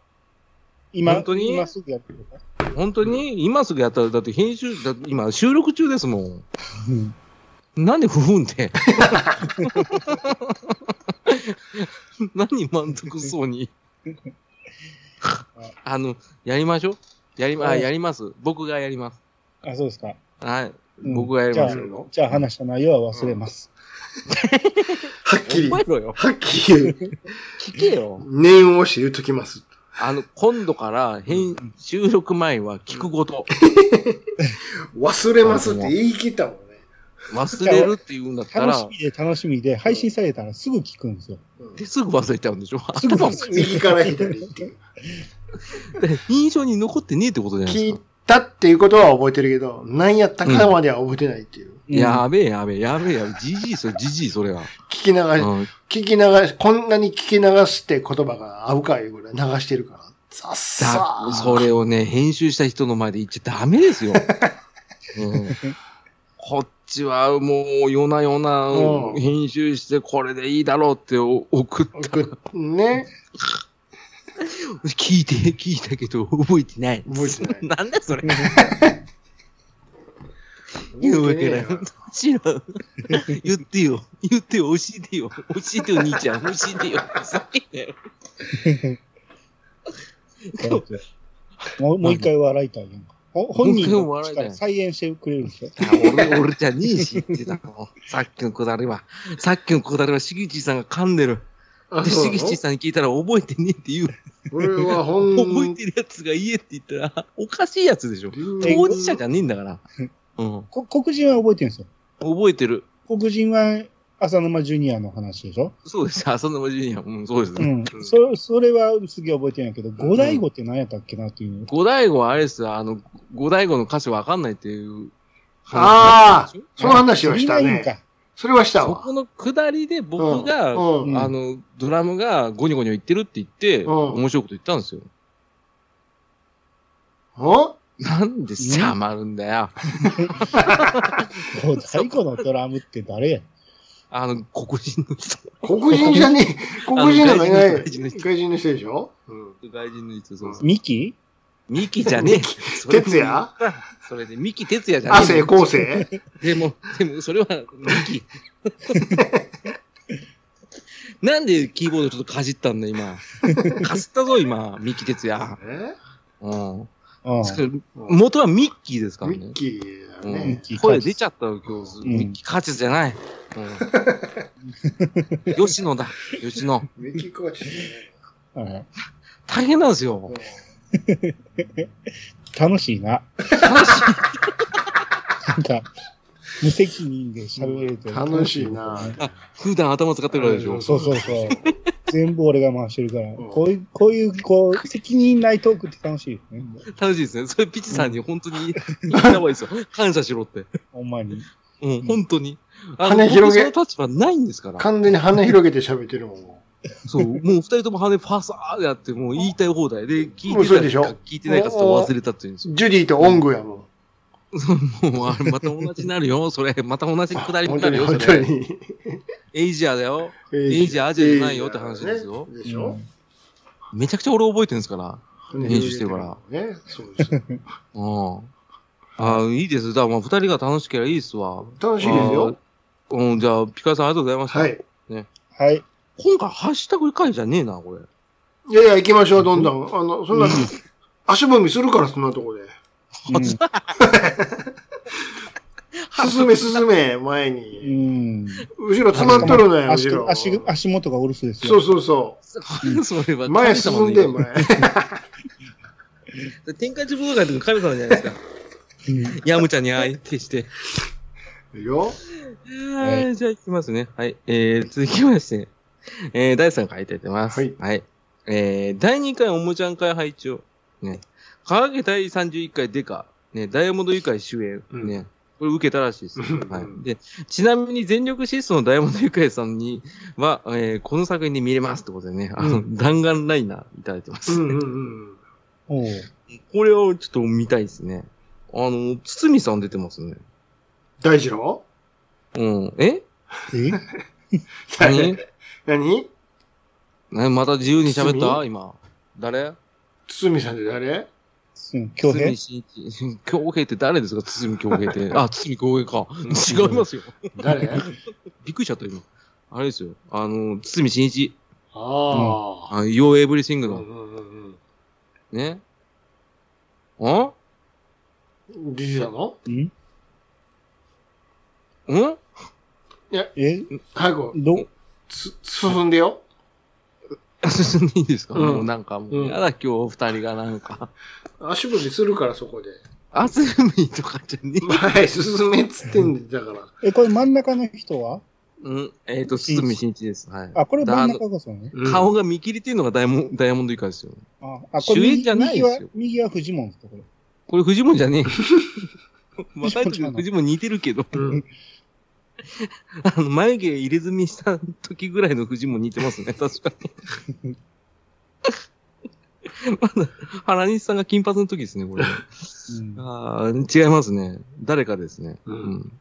Speaker 3: 今、
Speaker 1: 本当に
Speaker 3: 今すぐやってるから。
Speaker 1: 本当に今すぐやったら、だって編集、だって今収録中ですも
Speaker 3: うん
Speaker 1: ん。なんで 不んって。何満足そう に。あの、やりましょう。やりま、あやります。僕がやります。
Speaker 3: あ、そうですか。
Speaker 1: はい。
Speaker 3: うん
Speaker 1: 僕がやります
Speaker 2: う
Speaker 1: よ。
Speaker 2: んは
Speaker 3: じゃあ話した内容は忘れます。
Speaker 2: っきり、は
Speaker 1: 覚えろよ。
Speaker 2: っきり、
Speaker 1: 聞けよ。
Speaker 2: 念を知るときます。
Speaker 1: あの、今度から編、収録前は聞くこと。
Speaker 2: 忘れますって言い切ったもんね。
Speaker 1: 忘れるって言うんだった
Speaker 3: 楽し
Speaker 1: ら、
Speaker 3: みで楽しみで、配信されたらすぐ聞くんですよ。
Speaker 2: うん
Speaker 1: ですぐ忘れちゃうんでしょ
Speaker 3: すぐ忘れ
Speaker 2: 右から左っていう。
Speaker 1: 印象に残ってねえってことじゃないです
Speaker 2: 聞
Speaker 1: か
Speaker 2: い。たっていうことは覚えてるけど、何やったかまでは覚えてないっていう。
Speaker 1: やべえやべえやべえやべえ、じじいそれ、じじいそれは。
Speaker 2: 聞き流し、
Speaker 1: うん
Speaker 2: 聞き流し、こんなに聞き流して言葉が合うかいうぐらい流してるから。さっさ
Speaker 1: だ、それをね、編集した人の前で言っちゃダメですよ。うんこっちはもう、夜な夜
Speaker 2: うん
Speaker 1: な編集して、これでいいだろうってお送っ
Speaker 2: 送っね。
Speaker 1: 聞いて、聞いたけど、覚えてない。
Speaker 2: 覚えて
Speaker 1: なんだそれ。
Speaker 2: ない。
Speaker 1: 言うわけ
Speaker 2: な
Speaker 1: ないい。知らん。 言ってよ。言ってよ。教えてよ。教えてよ、兄ちゃん。教えてよ。ふざけんなよ。
Speaker 3: もうもう一回笑いたいやんか。ほ本人
Speaker 1: もう
Speaker 3: の
Speaker 1: 一回笑いたい
Speaker 3: 力再演してくれるんですよ。
Speaker 1: あ俺、俺じゃねえしって言ってたの。さっきのくだりは。さっきのくだりは、しぎちさんが噛んでる。
Speaker 2: あ
Speaker 1: で、
Speaker 2: そう
Speaker 1: し
Speaker 2: なの
Speaker 1: ぎちさんに聞いたら覚えてねえって言う。
Speaker 2: 俺はほん
Speaker 1: 覚えてるやつが言えって言ったら、おかしいやつでしょ。当事者じゃねえんだから。うん。
Speaker 3: こ黒人は覚えてるんですよ。
Speaker 1: 覚えてる。
Speaker 3: 黒人は浅沼ジュニアの話でしょ
Speaker 1: そうです。浅沼ジュニア。うん、そうです
Speaker 3: う
Speaker 1: ね
Speaker 3: ん。。そ、それはすげえ覚えてないけど、五大悟って何やったっけなっていうの。
Speaker 1: 五大悟はあれですよ、あの、五大悟の歌詞わかんないっていう話
Speaker 2: あ
Speaker 1: になっ
Speaker 2: あ
Speaker 1: てるでしょ、
Speaker 2: その話は
Speaker 3: み
Speaker 2: し
Speaker 3: ん
Speaker 2: た
Speaker 3: ないいん
Speaker 2: ね。
Speaker 3: か。
Speaker 2: それはした
Speaker 1: そ
Speaker 2: わ。
Speaker 1: この下りで僕が、
Speaker 2: うん
Speaker 3: うん
Speaker 1: あの、ドラムがゴニョゴニョ言ってるって言って、
Speaker 2: うん
Speaker 1: 面白いこと言ったんですよ。
Speaker 2: お
Speaker 1: なんでしゃまるんだよ。
Speaker 3: 五大悟のドラムって誰や
Speaker 1: あの、黒人の人。
Speaker 2: 黒人じゃね え。黒人なんかいない。
Speaker 1: 外人の人
Speaker 2: 外人の人でしょうん。
Speaker 1: 外人の人、そうそう。
Speaker 3: ミキ
Speaker 1: ミキじゃねえ。それ
Speaker 2: 哲也
Speaker 1: それで、ミキ哲也じゃ
Speaker 2: 亜
Speaker 1: ねえ
Speaker 2: 生、。昴生
Speaker 1: でも、でも、それは、ミキ。なんでキーボードちょっとかじったんだ、 今。かすったぞ、今、ミキ哲也。
Speaker 2: え
Speaker 1: うん。
Speaker 3: うん。
Speaker 1: それ元はミッキーですから
Speaker 2: ミ
Speaker 1: ね
Speaker 2: ッ。キーだ
Speaker 1: う
Speaker 2: ね
Speaker 1: ん。
Speaker 3: キー
Speaker 1: 声出ちゃったよ、今日。
Speaker 3: ん
Speaker 1: ミッキー、カーチスじゃない。うん吉野だ、吉野。
Speaker 2: ミッキーコーチ。
Speaker 3: はい
Speaker 1: 大変なんですよ。
Speaker 3: 楽しいな。なんか、無責任で喋れると
Speaker 2: 楽しいな。
Speaker 1: 普段頭使ってるからでし
Speaker 2: う
Speaker 1: ょ
Speaker 2: ん。
Speaker 3: そうそうそう。全部俺が回してるから。
Speaker 2: ん
Speaker 3: こういう、こういう、こう、責任ないトークって楽しいよね。
Speaker 1: 楽しいですね。それ、ピチさんに本当に言った方がいいですよ。感謝しろって。
Speaker 3: ほんまに。
Speaker 1: うん、本当に。あの、
Speaker 2: 羽広げ
Speaker 1: 僕その立場ないんですから。
Speaker 2: 完全に羽広げて喋ってるもん。も
Speaker 1: そう、もう二人とも羽パサーでやって、もう言いたい放題で、聞い
Speaker 2: もう
Speaker 1: て
Speaker 2: そ
Speaker 1: た
Speaker 2: うでしょ
Speaker 1: か聞いてないかちょっと忘れたっていうんですよ。
Speaker 2: うジュディとオングやもん。
Speaker 1: もう、あれ、また同じになるよ、それ。また同じくだりにな
Speaker 2: 本当
Speaker 1: る
Speaker 2: に
Speaker 1: よ、そ
Speaker 2: 本当
Speaker 1: れ。
Speaker 2: に。
Speaker 1: エイジアだよ。
Speaker 2: エ
Speaker 1: イジアアジアじゃないよって話ですよ
Speaker 2: でしょ
Speaker 1: めちゃくちゃ俺覚えてるんですから。
Speaker 2: 編
Speaker 1: 集してるから。
Speaker 2: ね、そうです。
Speaker 1: うん。ああ、いいです。だから、まあ、二人が楽しければいいっすわ。
Speaker 2: 楽しいですよ。
Speaker 1: うん、じゃあ、ピカさんありがとうございました。
Speaker 2: はい。
Speaker 3: はい。
Speaker 1: 今回、ハッシュタグ回じゃねえな、これ。
Speaker 2: いやいや、行きましょう、どんどん。あの、そんな、足踏みするから、そんなとこで。
Speaker 3: う
Speaker 2: 進め、進め、前
Speaker 3: ん。
Speaker 2: に。
Speaker 3: うん。
Speaker 2: 後ろ詰まっとるのよ、
Speaker 3: 足
Speaker 2: 後ろ。
Speaker 3: 足、足元がお留守です
Speaker 2: そ
Speaker 3: よ。
Speaker 2: うそうそ
Speaker 1: それは
Speaker 2: う。前
Speaker 1: 神様の
Speaker 2: 進ん
Speaker 1: 言
Speaker 2: で、
Speaker 1: い方、
Speaker 2: 前。
Speaker 1: 天下一武道会の時の神様じゃないです か。
Speaker 3: うん
Speaker 1: ヤムちゃんに相手して。
Speaker 2: いいよ。
Speaker 3: い
Speaker 1: はいじゃあ行きますね。はい。えー、続きまして、えー、第3回いただいてます。
Speaker 2: はい
Speaker 1: えー、第2回おもちゃん会配置を。ね。川家第31回デカ。ね。ダイヤモンド愉快主演。
Speaker 2: うん
Speaker 1: ね。これ受けたらしいです。
Speaker 2: うん
Speaker 1: はい。で、ちなみに全力疾走のダイヤモンド愉快さんには、えー、この作品で見れますってことでね、あの、
Speaker 2: うん
Speaker 1: 弾丸ライナーいただいてます。
Speaker 2: うんうんうん。
Speaker 3: おう
Speaker 1: これをちょっと見たいですね。あの、堤さん出てますね。
Speaker 2: 大二郎
Speaker 1: うん。え
Speaker 3: え
Speaker 1: 何
Speaker 2: 何
Speaker 1: 何また自由に喋った
Speaker 2: 堤
Speaker 1: 今。誰
Speaker 2: 堤さんって誰
Speaker 3: うん、京平
Speaker 1: 堤真一。 京平って誰ですか堤京平って。あ、堤京平か。違い ますよ。
Speaker 2: 誰あ
Speaker 1: びっくりしちゃった、今。あれですよ。あの、堤真一。
Speaker 2: あ。
Speaker 1: あの、Your Everything
Speaker 2: うん
Speaker 1: の。
Speaker 2: うんうん
Speaker 1: ね。あ
Speaker 2: うん。出てたの
Speaker 3: ん
Speaker 1: ん
Speaker 3: え
Speaker 2: 早く、
Speaker 3: ど、
Speaker 2: つ、進んでよ。
Speaker 1: 進んでいいですか、
Speaker 2: うん
Speaker 1: もうなんか、も
Speaker 2: う
Speaker 1: うんやだ、今日二人がなんか。
Speaker 2: 足踏みするから、そこで。
Speaker 1: 厚みとかじゃね
Speaker 2: 前進めっつってんだから。
Speaker 3: え、これ真ん中の人は
Speaker 1: え。うん。えっ、と、堤真一です。はい。
Speaker 3: あ、これ
Speaker 1: だ
Speaker 3: 真ん
Speaker 1: あの
Speaker 3: 中がそうね。
Speaker 2: うん
Speaker 1: 顔が見切りっていうのがダイヤモンダイヤモンド以下ですよ。
Speaker 3: あ、あこれ
Speaker 1: 主演
Speaker 3: 右
Speaker 1: じゃないですよ
Speaker 3: 右は、右はフジモンですか、これ。
Speaker 1: これフジモンじゃねえよ。 若い時のフジモン似てるけど、
Speaker 2: うん
Speaker 1: あの、眉毛入れ墨した時ぐらいのフジモン似てますね、確かに。まだ、原西さんが金髪の時ですね、これ。
Speaker 3: うん
Speaker 1: あー違いますね。誰かですね。
Speaker 2: うん
Speaker 1: うん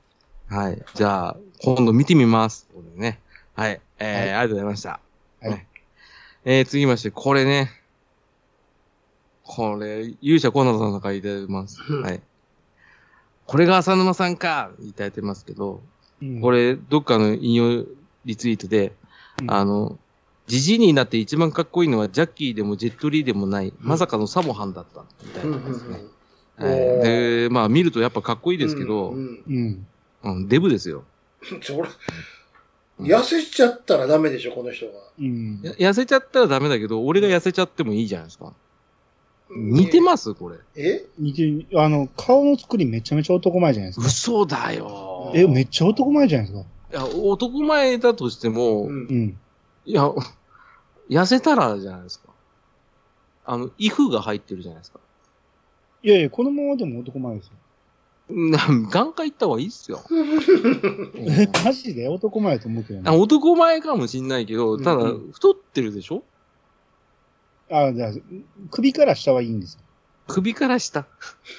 Speaker 1: はい。じゃあ、今度見てみます。これね。はい。えーありがとうございました。
Speaker 3: はい
Speaker 1: えー、次まして、これね。これ、勇者コーナーさんからいただいてます。
Speaker 2: うん
Speaker 1: はい。これが浅沼さんかいただいてますけど、
Speaker 3: うん
Speaker 1: これ、どっかの引用リツイートで、
Speaker 3: うん
Speaker 1: あの、ジジイになって一番かっこいいのはジャッキーでもジェットリーでもない、まさかのサモハンだった、みたい
Speaker 2: うん
Speaker 1: な
Speaker 2: うん
Speaker 1: です
Speaker 2: う
Speaker 1: ね。
Speaker 2: ん
Speaker 1: はいで、まあ見るとやっぱかっこいい
Speaker 2: い
Speaker 1: ですけど、う
Speaker 2: うんん
Speaker 3: うん。
Speaker 1: デブですよ。
Speaker 2: それ、痩せちゃったらダメでしょ、この人が。
Speaker 3: うん。
Speaker 1: や痩せちゃったらダメだけど、俺が痩せちゃってもいいじゃないですか。似てますこれ。
Speaker 2: え
Speaker 3: 似てるあの、顔の作りめちゃめちゃ男前じゃないですか。
Speaker 1: 嘘だよ。
Speaker 3: え、めっちゃ男前じゃないですか。
Speaker 1: や、男前だとしても、
Speaker 2: うん
Speaker 3: う。ん。
Speaker 1: いや、痩せたらじゃないですか。あの、イフが入ってるじゃないですか。
Speaker 3: いやいや、このままでも男前ですよ。
Speaker 1: なん眼科行った方がいいっすよ。
Speaker 3: え、 マジで男前だと思うけど
Speaker 1: あ
Speaker 3: ね。
Speaker 1: 男前かもしんないけど、ただ
Speaker 2: うん、
Speaker 1: 太ってるでしょ
Speaker 3: あ、じゃあ、首から下はいいんですよ。
Speaker 1: 首から下。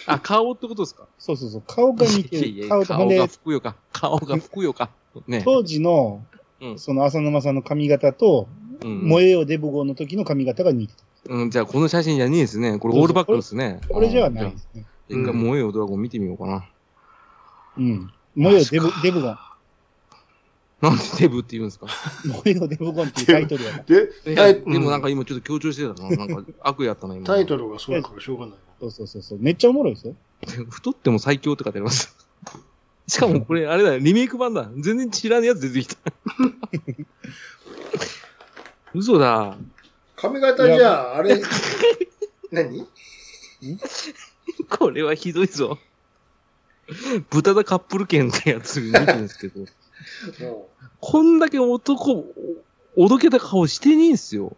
Speaker 1: あ、顔ってことですか
Speaker 3: そうそうそう。顔が似て
Speaker 1: いやい
Speaker 3: る。
Speaker 1: や
Speaker 3: 顔と、ほ
Speaker 1: 顔
Speaker 3: ん
Speaker 1: が
Speaker 3: で、
Speaker 1: ふくよか。顔がふくよか。ね。
Speaker 3: 当時の
Speaker 1: うん、
Speaker 3: その浅沼さんの髪型と、
Speaker 1: うん
Speaker 3: 萌えよデブゴの時の髪型が似てた。
Speaker 1: うん、じゃあこの写真じゃねえですね。これオールバックですね。
Speaker 3: これじゃな
Speaker 1: う
Speaker 3: い
Speaker 1: ん
Speaker 3: で。すね。
Speaker 1: じゃあ一回萌えよドラゴン見てみようかな。
Speaker 3: うん。萌えよデブ、デブゴン。
Speaker 1: なんでデブって言うんですか
Speaker 3: 萌えよデブゴンっていうタイトルやな。
Speaker 2: で、
Speaker 1: い
Speaker 2: タ
Speaker 1: や
Speaker 2: イ
Speaker 1: でもなんか今ちょっと強調してたな。なんか悪やったな、今。
Speaker 2: タイトルがそうだからしょうがない。
Speaker 3: そうそうそうそう。めっちゃおもろいですよ。
Speaker 1: 太っても最強って書いてあります。 しかもこれ、あれだよ、リメイク版だ。全然知らねえやつ出てきた。 嘘だ。
Speaker 2: 髪型じゃあ、あ れ、何
Speaker 1: これはひどいぞ。豚だカップル券ってやつ見てるんですけど、
Speaker 2: も
Speaker 1: こんだけ男、おおどけた顔してねえんすよ。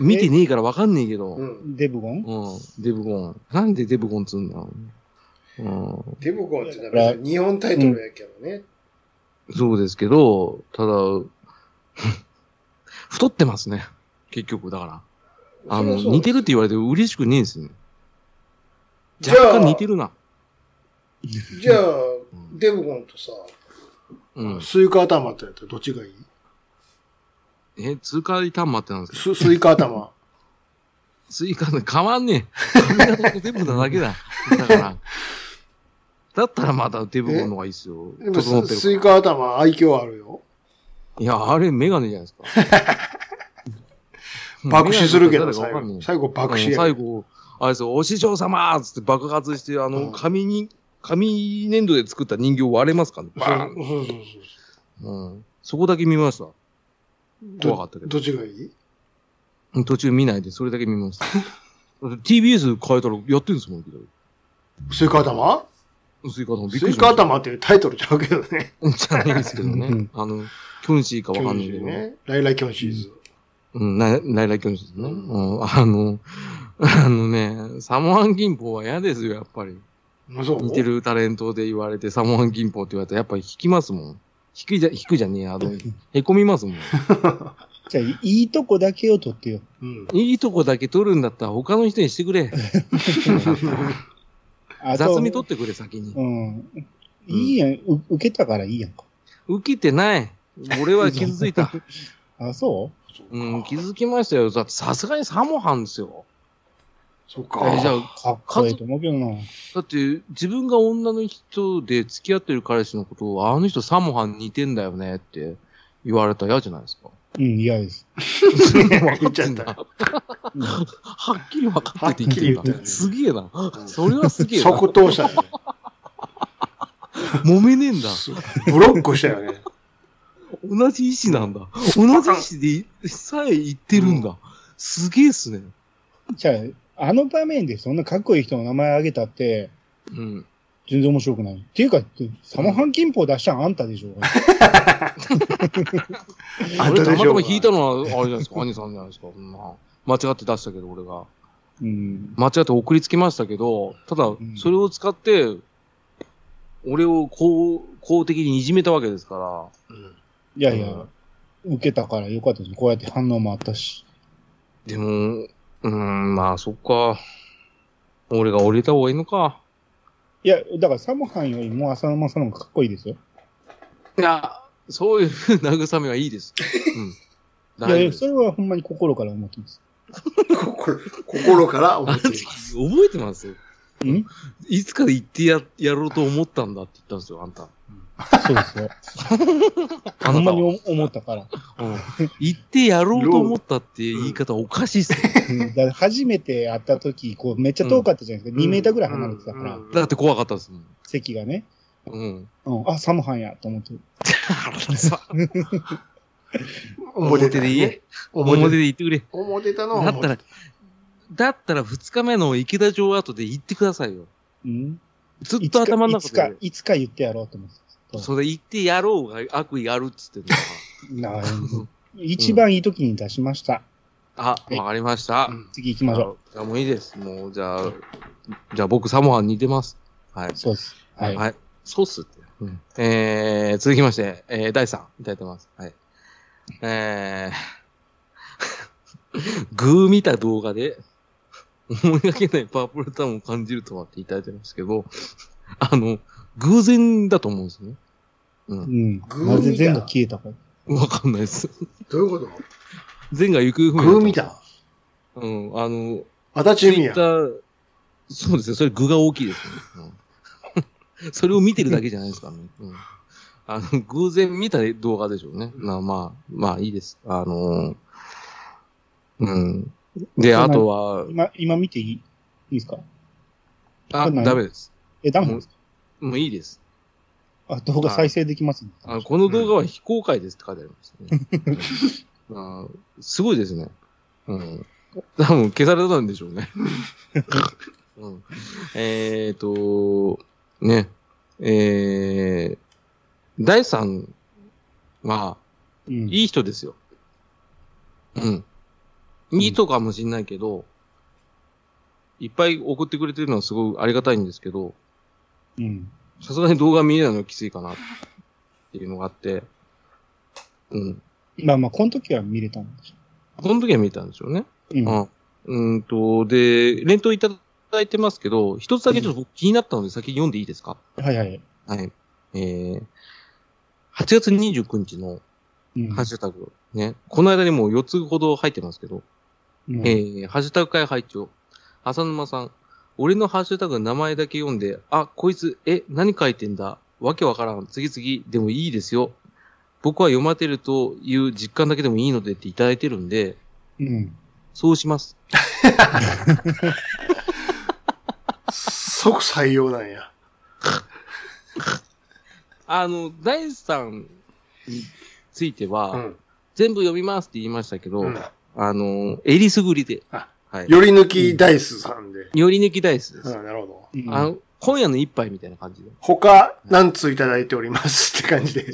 Speaker 1: 見てねえからわかんねえけど。
Speaker 2: う、う。
Speaker 1: うん
Speaker 3: デブゴン
Speaker 1: ん。デブゴン。なんでデブゴンっつうんだろう。うん。
Speaker 2: デブゴンってのは別に日本タイトルやけどね。
Speaker 1: そうですけど、ただ、 太ってますね。結局、だから。あの、
Speaker 2: そりゃそう
Speaker 1: 似てるって言われて嬉しくねえんですね。
Speaker 2: じゃあ
Speaker 1: 若干似てるな。
Speaker 2: じゃあ、
Speaker 1: うん
Speaker 2: デブゴンとさ、
Speaker 1: うん。
Speaker 2: スイカ頭ってやったらどっちがいい
Speaker 1: え、通過リターン待ってなんですか
Speaker 2: ススイカ頭。
Speaker 1: スイカの変わんねえ。髪型とデブなだけだ。だから。だったらまたデブゴンの方がいいっすよ。
Speaker 2: で
Speaker 1: 整
Speaker 2: も
Speaker 1: っ
Speaker 2: ス
Speaker 1: てる
Speaker 2: ス
Speaker 1: か
Speaker 2: イカ頭愛嬌あるよ。
Speaker 1: ら。いや、あれメガネじゃないです か。
Speaker 2: 爆死するけど、
Speaker 1: メガネか誰
Speaker 2: 最
Speaker 1: かわかんねえ
Speaker 2: 後。最後爆死
Speaker 1: うん
Speaker 2: や。
Speaker 1: 最後、あれですよ、お師匠様ーっつって爆発して、あ
Speaker 2: うん
Speaker 1: の、紙に、紙粘土で作った人形割れますからね。
Speaker 2: そう。
Speaker 1: バーン
Speaker 2: そうそうそう
Speaker 1: うん。そこだけ見ました。
Speaker 2: そう。
Speaker 1: 怖かったけど
Speaker 2: どっちがいい
Speaker 1: 途中見ないで、それだけ見ま した。だって TBS 変えたらやってるんですもん、
Speaker 2: スイカ頭
Speaker 1: スイカ頭びっく
Speaker 2: ス
Speaker 1: り
Speaker 2: イ
Speaker 1: しま
Speaker 2: カ
Speaker 1: した。
Speaker 2: 頭っていうタイトルちゃうけどね。
Speaker 1: じゃないですけど
Speaker 3: う
Speaker 1: ね
Speaker 3: ん。
Speaker 1: あの、キョンシーか
Speaker 2: キ
Speaker 1: わ
Speaker 2: ョ
Speaker 1: かん
Speaker 2: ン
Speaker 1: ない
Speaker 2: シ
Speaker 1: け
Speaker 2: ー
Speaker 1: ど。
Speaker 2: ね。ライライキョンシーズ。
Speaker 1: うん、ライライライキョンシーですね。
Speaker 2: うん
Speaker 1: うん、あの、あのね、サモアン銀行は嫌ですよ、やっぱり。
Speaker 2: あそう
Speaker 1: 似て。るタレントで言われて、サモハン銀行って言われたら、やっぱり引きますもん。引くじゃ、引くじゃねえや、あの、へこみますもん。
Speaker 3: じゃあ、いいとこだけを取ってよ。
Speaker 2: うん。
Speaker 1: いいとこだけ取るんだったら、他の人にしてくれ。
Speaker 3: あ
Speaker 1: 雑味取ってくれ、先に。
Speaker 3: うん。いいやん。う受けたからいいやんか。
Speaker 1: 受けてない。俺は傷ついた。
Speaker 3: あ、そ
Speaker 1: うん、気づきましたよ。だって、さすがにサモハンですよ。
Speaker 2: そう
Speaker 1: え
Speaker 2: か。
Speaker 1: じゃあ、
Speaker 3: うかっこいいと思うけどな。
Speaker 1: だって、自分が女の人で付き合ってる彼氏のことを、あの人サモハン似てんだよねって言われたら嫌じゃないですか。
Speaker 3: うん、嫌です。
Speaker 2: 言っちゃ った。
Speaker 3: うん
Speaker 1: はっきり分かってて言ってんだ
Speaker 2: はっきり言ったよね
Speaker 1: すげえな。
Speaker 2: うん
Speaker 1: それはすげえな。
Speaker 2: 即 答したよね。
Speaker 1: 揉めねえんだ。
Speaker 2: ブロックしたよね。
Speaker 1: 同じ意思なんだ。同じ意思でさえ言ってるんだ。すげえっすね。
Speaker 3: じゃあ、あの場面でそんなかっこいい人の名前あげたって、
Speaker 1: うん。
Speaker 3: 全然面白くない。っていうか、サモハン金法出したんあんたでしょ。
Speaker 2: あん
Speaker 1: 俺たま
Speaker 2: たでしたょ
Speaker 1: ま引いたのは、あれじゃないですか。兄さんじゃないですか。そんな間違って出したけど、俺が。
Speaker 3: うん。
Speaker 1: 間違って送りつけましたけど、ただ
Speaker 3: ん、
Speaker 1: それを使って、俺を公公的にいじめたわけですか
Speaker 2: うん
Speaker 3: いやい
Speaker 1: うん
Speaker 3: や、受けたからよかったです。こうやって反応もあったし。
Speaker 1: ら。でも、うーん、まあ、そっか。俺が降りた方がいいのか。
Speaker 3: いや、だからサモハンよりも浅沼さんの方がかっこいいですよ。
Speaker 1: いや、そういう慰めはいいです。 うん。
Speaker 3: いや
Speaker 1: 大丈
Speaker 3: い
Speaker 1: 夫
Speaker 3: や、
Speaker 1: です
Speaker 3: そ。れはほんまに心から思ってます。
Speaker 2: 心心から思っています。
Speaker 1: 覚えてます
Speaker 3: ん
Speaker 1: いつか言ってややろうと思ったんだって言ったんですよ、あんた。
Speaker 3: そうですよ。
Speaker 1: あ
Speaker 3: ほん
Speaker 1: な
Speaker 3: ま
Speaker 1: た
Speaker 3: に
Speaker 1: は。
Speaker 3: 思思ったから。
Speaker 1: うん言ってやろうと思ったって言い方おかしいっ すよ。
Speaker 3: うんだから初めて会った時、こう、めっちゃ遠かったじゃないですか。2メーターぐらい離れてたから、
Speaker 2: うん
Speaker 1: だって怖かったですもん。
Speaker 3: 席がね。
Speaker 1: うん。
Speaker 3: うん、あ、サモハンやと思って。
Speaker 1: 表で言え。表
Speaker 2: 表
Speaker 1: で
Speaker 2: で。
Speaker 1: 言ってくれ。
Speaker 2: 表でたの
Speaker 1: だったら、だったら二日目の池田城後で言ってくださいよ。
Speaker 3: うん。
Speaker 1: ずっ
Speaker 3: いつ
Speaker 1: と
Speaker 3: か
Speaker 1: 頭の
Speaker 3: い
Speaker 1: 中
Speaker 3: つか
Speaker 1: で、。
Speaker 3: いつか言ってやろうと思って。
Speaker 1: それ言ってやろうが悪意あるっつってんのか
Speaker 3: なあ一番いい時に出しました。
Speaker 1: な。あ、わかりました。
Speaker 2: うん
Speaker 3: 次行きましょ。。
Speaker 1: じゃあもういいです。もう、じゃあ、じゃあ僕、サモハン似てます。はいう
Speaker 3: そうです。はい。
Speaker 1: はい。そうっすって。うん、えー、続きまして、えー、第3、いただいてます。はい。えー、 グー見た動画で、思いがけないパープルタウンを感じるとはっていただいてますけど、あの、偶然だと思うんですね。
Speaker 3: うん。
Speaker 2: グー
Speaker 3: なぜ全部消えたか。
Speaker 1: わかんないです。
Speaker 2: どういうこと
Speaker 1: 前が行方不明だと。
Speaker 2: グー見た
Speaker 1: うん、あの、
Speaker 2: 足立
Speaker 1: ツ
Speaker 2: 由美
Speaker 1: イッ
Speaker 2: や
Speaker 1: タ。ー、そうですね、それ具が大きいですね。うんそれを見てるだけじゃないですからね。うんあの偶然見た動画でしょうね。なまあ、まあいいです。あのーうん。で、あとは、
Speaker 3: 今、今見ていいいいですか
Speaker 1: あ、
Speaker 3: ない
Speaker 1: ダメです。
Speaker 3: え、ダメなんですか
Speaker 1: もういいです。
Speaker 3: あ、動画再生できますね。
Speaker 1: あのこの動画は非公開ですって書いてありましたね。あーすごいですね。うん。多分消されたんでしょ うね。うん、えっ、と、ね、えー、第三は、
Speaker 3: うん。
Speaker 1: いい人ですよ。うん。いい人かもしんないけど、いっぱい送ってくれてるのはすごいありがたいんですけど、
Speaker 3: うん。
Speaker 1: さすがに動画見えないのはきついかなっていうのがあって、うん。
Speaker 3: まあまあ、この時は見れたんでしょ
Speaker 1: この時は見たんですよね。
Speaker 3: う。うん。
Speaker 1: うん。うんと、で、連投いただいてますけど、一つだけちょっと僕気になったので先に読んでいいですか
Speaker 3: はいはい。
Speaker 1: はい。えー、8月29日の
Speaker 3: うん。
Speaker 1: ハッシュタグ、ね。この間にもう4つほど入ってますけど、
Speaker 3: うん
Speaker 1: えー、ハッシュタグ会拝聴浅沼さん。俺のハッシュタグ名前だけ読んで、あ、こいつ、え、何書いてんだわけわからん。次々、でもいいですよ。僕は読まれてるという実感だけでもいいのでっていただいてるんで、
Speaker 3: うん。
Speaker 1: そうします。
Speaker 2: 即採用なんや。
Speaker 1: あの、第3については、
Speaker 2: うん。
Speaker 1: 全部読みますって言いましたけど、
Speaker 2: うん
Speaker 1: あの、えりすぐりで、
Speaker 2: あ
Speaker 1: はい。
Speaker 2: より抜きダイスさんで。
Speaker 1: より抜きダイスです。
Speaker 2: うん、なるほど。
Speaker 3: うん
Speaker 1: あの、今夜の一杯みたいな感じで。
Speaker 2: 他、何通いただいておりますって感じで。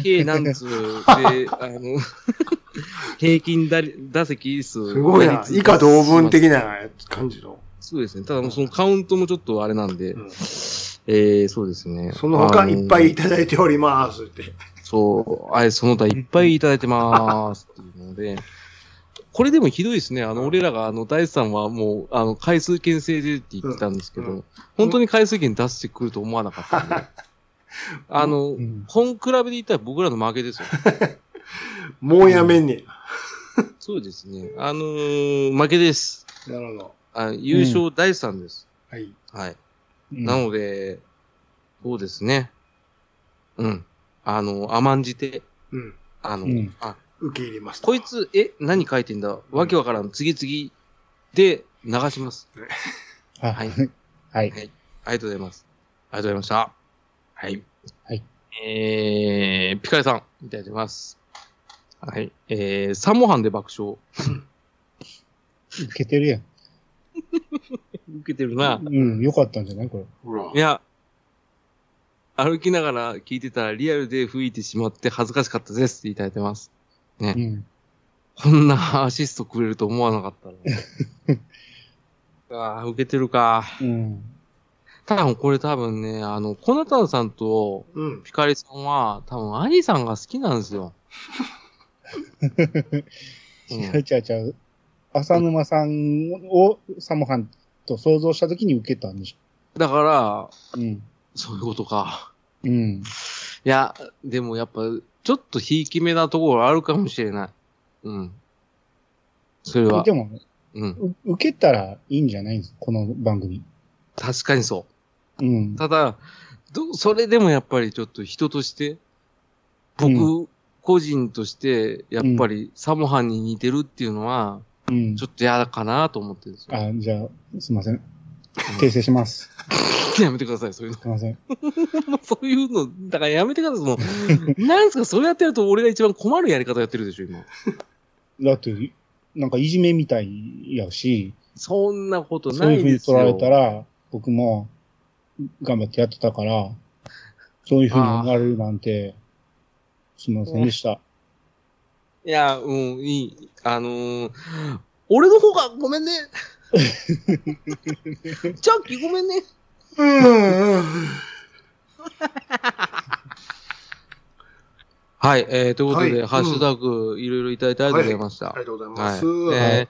Speaker 1: 計何通で、 あの、平均打率打席数。
Speaker 2: すごいな
Speaker 1: 打。率
Speaker 2: 以下同文。的な感じの。
Speaker 1: そうですね。ただもうそのカウントもちょっとあれなんで、
Speaker 2: うん
Speaker 1: えー、そうですね。
Speaker 2: その他
Speaker 1: あ
Speaker 2: いっぱいいただいておりますって。
Speaker 1: そう、あれ、その他いっぱいいただいてまーすっていうので、これでもひどいですね。あの、俺らが、あの、大地さんはもう、あの、回数券制でって言ってたんですけど、
Speaker 2: うんうん
Speaker 1: 本当に回数券出してくると思わなかったん で、あの、
Speaker 3: うん
Speaker 1: 本比べで言ったら僕らの負けですよ。
Speaker 2: もうやめんね
Speaker 1: そうですね。あのー負けです。
Speaker 2: ん。なるほど。
Speaker 1: あ優勝第3です。
Speaker 2: はい。
Speaker 1: はい。
Speaker 3: うん
Speaker 1: なので、そうですね。うん。あの、甘んじて、
Speaker 2: うん。
Speaker 1: あの、
Speaker 3: うん
Speaker 1: あ、
Speaker 2: 受け入れます。
Speaker 1: こいつ、え、何書いてんだわけわからん。次々で流します。
Speaker 3: はい。はい。
Speaker 1: ありがとうございます。ありがとうございました。はい。
Speaker 3: はい。
Speaker 1: えー、ピカリさん、いただいてます。はい。えー、三モハンで爆笑。
Speaker 3: 受けてるやん。
Speaker 1: 受けてるな。
Speaker 3: うん。よかったんじゃないこれ。
Speaker 2: ほら
Speaker 1: い。や、歩きながら聞いてたらリアルで吹いてしまって恥ずかしかったですっていただいてます。
Speaker 3: うん。
Speaker 1: こんなアシストくれると思わなかったな。ああ、受けてるか。
Speaker 3: うん。
Speaker 1: ただこれ多分ね、あの、コナタンさんと
Speaker 2: うん。
Speaker 1: ピカリさんは多分アニさんが好きなんですよ。う
Speaker 3: 違うん違う違う。浅沼さんをサモハンと想像したときに受けたんでし
Speaker 1: だから、
Speaker 3: ょ。うん。
Speaker 1: そういうことか。
Speaker 3: うん。
Speaker 1: いや、でもやっぱ、ちょっとひいき目なところあるかもしれない。うん。それは
Speaker 3: で。も、
Speaker 1: うん。
Speaker 3: う受けたらいいんじゃないんですこの番組。
Speaker 1: 確かにそう。
Speaker 3: うん。
Speaker 1: ただ、ど、それでもやっぱりちょっと人として、僕、
Speaker 3: う
Speaker 1: 個人として、やっぱりサモハンに似てるっていうのは、
Speaker 3: うん
Speaker 1: ち。ょっと嫌だかなと思ってるんですよ。
Speaker 3: あ、じゃあ、すいません。訂正します。
Speaker 1: やめてください、そういうの。
Speaker 3: すいません。
Speaker 1: もうそういうの、だからやめてください、その、なんですか、それやってると俺が一番困るやり方やってるでしょ、今。
Speaker 3: だって、なんかいじめみたいやし、
Speaker 1: そんなこと
Speaker 3: そう
Speaker 1: ないいう
Speaker 3: 風
Speaker 1: で
Speaker 3: に
Speaker 1: す
Speaker 3: 取
Speaker 1: よ。
Speaker 3: られたら、僕も頑張ってやってたから、そういうふうに思われるなんて、すみませんでした。
Speaker 1: いや、うん、いい。あのー、俺の方がごめんね。チャッキーごめんね。
Speaker 2: うんうん。
Speaker 1: はい、えー、ということで、
Speaker 2: はい
Speaker 1: ハッシュタグ、いろいろいただいてありがとうございました。
Speaker 2: ありがとうござい
Speaker 1: は
Speaker 2: ま
Speaker 1: い。
Speaker 2: す。
Speaker 1: えー、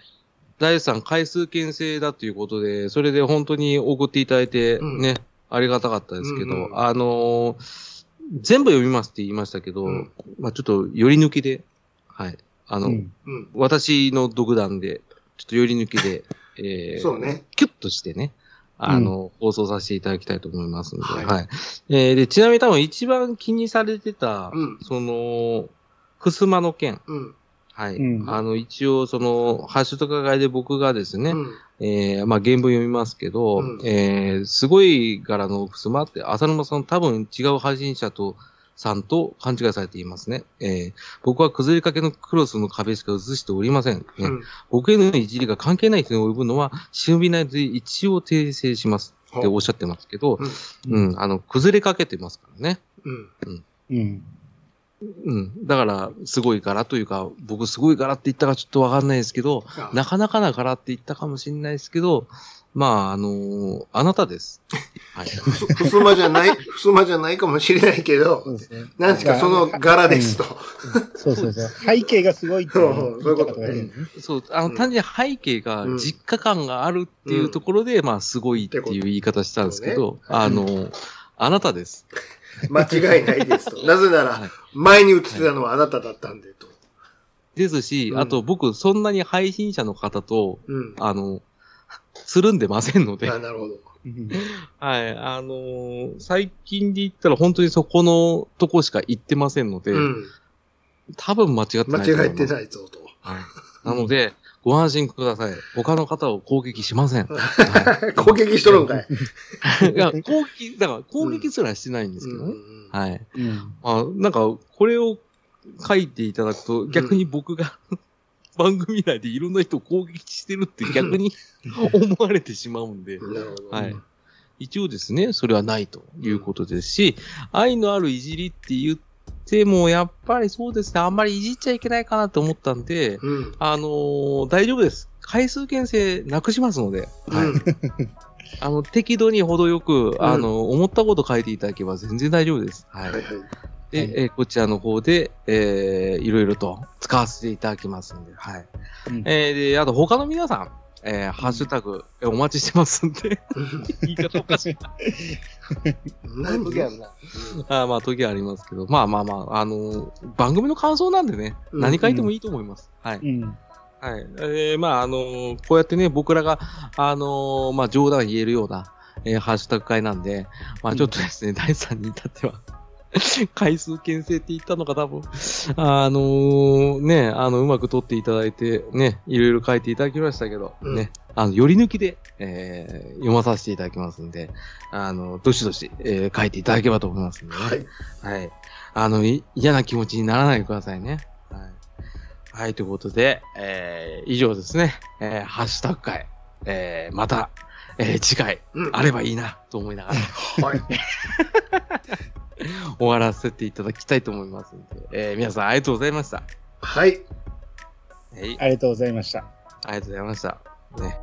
Speaker 1: 第3回数券制だということで、それで本当に送っていただいて
Speaker 2: うん
Speaker 1: ね、ありがたかったですけど、
Speaker 2: うんうん
Speaker 1: あのー全部読みますって言いましたけど、
Speaker 2: うん
Speaker 1: まあちょっと、寄り抜きで、はい。あの、
Speaker 3: うん
Speaker 2: うん。
Speaker 1: 私の独断で、ちょっと寄り抜きで、えー、
Speaker 2: そうね。
Speaker 1: キュッとしてね、あの、放送させていただきたいと思いますので、は、
Speaker 2: はいい
Speaker 1: えーで、ちなみに多分一番気にされてた、
Speaker 2: うん
Speaker 1: その、ふすまの件、
Speaker 2: うん。
Speaker 1: はい。
Speaker 3: うん
Speaker 1: あの、一応、その、ハッシュとか会で僕がですね、
Speaker 2: うん。
Speaker 1: えーまあ、原文読みますけど、
Speaker 2: うん
Speaker 1: えーすごい柄のふすまって、浅沼さん多分違う配信者と、さんと勘違いされていますね。えー僕は崩れかけのクロスの壁しか映しておりません。ね
Speaker 2: うん。
Speaker 1: 僕へのいじりが関係ない人に及ぶのは、忍びないで一応訂正しますっておっしゃってますけど、うん、あの、崩れかけてますからね。
Speaker 2: うん。
Speaker 3: うん。
Speaker 1: うん。だから、すごい柄というか、僕すごい柄って言ったかちょっとわかんないですけど、
Speaker 2: あ
Speaker 1: なかなかな柄って言ったかもしれないですけど、まあ、あのーあなた です。はい。
Speaker 2: ふすふすまじゃない、ふすまじゃないかもしれないけ
Speaker 3: そ
Speaker 2: ど、
Speaker 3: うですね。
Speaker 2: なんですか、その柄ですと。
Speaker 3: そうそうそう。背景がすごいって言いたかっただけですね。
Speaker 1: そう、あの、
Speaker 2: うん
Speaker 1: 単純に背景が
Speaker 2: うん
Speaker 1: 実家感があるっていうところで、まあ、すごいっていう言い方したんですけど、あのーあなたです。
Speaker 2: 間違いないですと。なぜな
Speaker 1: はい
Speaker 2: ら、前に映ってたのはあなただったんでと。
Speaker 1: ですし、
Speaker 2: うん
Speaker 1: あと僕、そんなに配信者の方と、
Speaker 2: うん。あ
Speaker 1: あの、つるんでませんので、はい、
Speaker 2: なるほど。
Speaker 3: うん
Speaker 1: あのー最近で言ったら本当にそこのとこしか行ってませんので、
Speaker 2: うん。
Speaker 1: 多分間違って
Speaker 2: 間
Speaker 1: ないと思
Speaker 2: 違
Speaker 1: い
Speaker 2: えて
Speaker 1: ます。
Speaker 2: ないぞと。
Speaker 1: はい。なので、ご安心ください。他の方を攻撃しません。
Speaker 2: 攻撃しとるんかい。
Speaker 1: いや、攻撃、だから攻撃すらしてないんですけどね。
Speaker 2: うん
Speaker 1: はい。
Speaker 3: うん
Speaker 1: まあ、なんか、これを書いていただくと、逆に僕が、 番組内でいろんな人を攻撃してるって逆 に思われてしまうんで、
Speaker 2: なるほど。
Speaker 1: はい一応ですね、それはないということですし、愛のあるいじりって言っても、やっぱりそうですね、あんまりいじっちゃいけないかなと思ったんで、
Speaker 2: うん。
Speaker 1: あのー大丈夫です。回数券制なくしますので、はい
Speaker 2: うん
Speaker 1: あの、適度に程よく、あの、思ったこと書いていただければ全然大丈夫です。はい。
Speaker 2: はいはい。
Speaker 1: で、
Speaker 3: はい
Speaker 1: えーこちらの方で、えーいろいろと使わせていただきますんで、はい。
Speaker 3: うん
Speaker 1: えーで、あと他の皆さん、えーハッシュタグ、えーお待ちしてますんで、言い方おかしい。
Speaker 2: 何
Speaker 1: 時あるなあーまあ、時はありますけど、まあまあまあ、あのー番組の感想なんでね、
Speaker 2: うん
Speaker 1: 何書いてもいいと思います。はい。
Speaker 3: うん
Speaker 1: はい。えーまあ、あのーこうやってね、僕らが、あのーまあ、冗談言えるような、えーハッシュタグ会なんで、まあ、ちょっとですね、第3に至っては、 回数牽制って言ったのか多分、あのーね、あの、うまく撮っていただいて、ね、いろいろ書いていただきましたけど、
Speaker 2: うん
Speaker 1: ね、あの、寄り抜きで、えー読まさせていただきますんで、あの、どしどし、えー書いていただければと思いますんでね。
Speaker 2: はい。
Speaker 1: はい。あの、い嫌な気持ちにならないでくださいね。はい。はい、ということで、えー、以上ですね。えー、ハッシュタグ会。えー、また、えー、次回、
Speaker 2: うん
Speaker 1: あればいいな、と思いながら、
Speaker 2: はい。
Speaker 1: 終わらせていただきたいと思いますので、えー、皆さんありがとうございました。は
Speaker 2: はい。
Speaker 1: い、あり
Speaker 3: ありがとうございました。
Speaker 1: がとうございました。ね。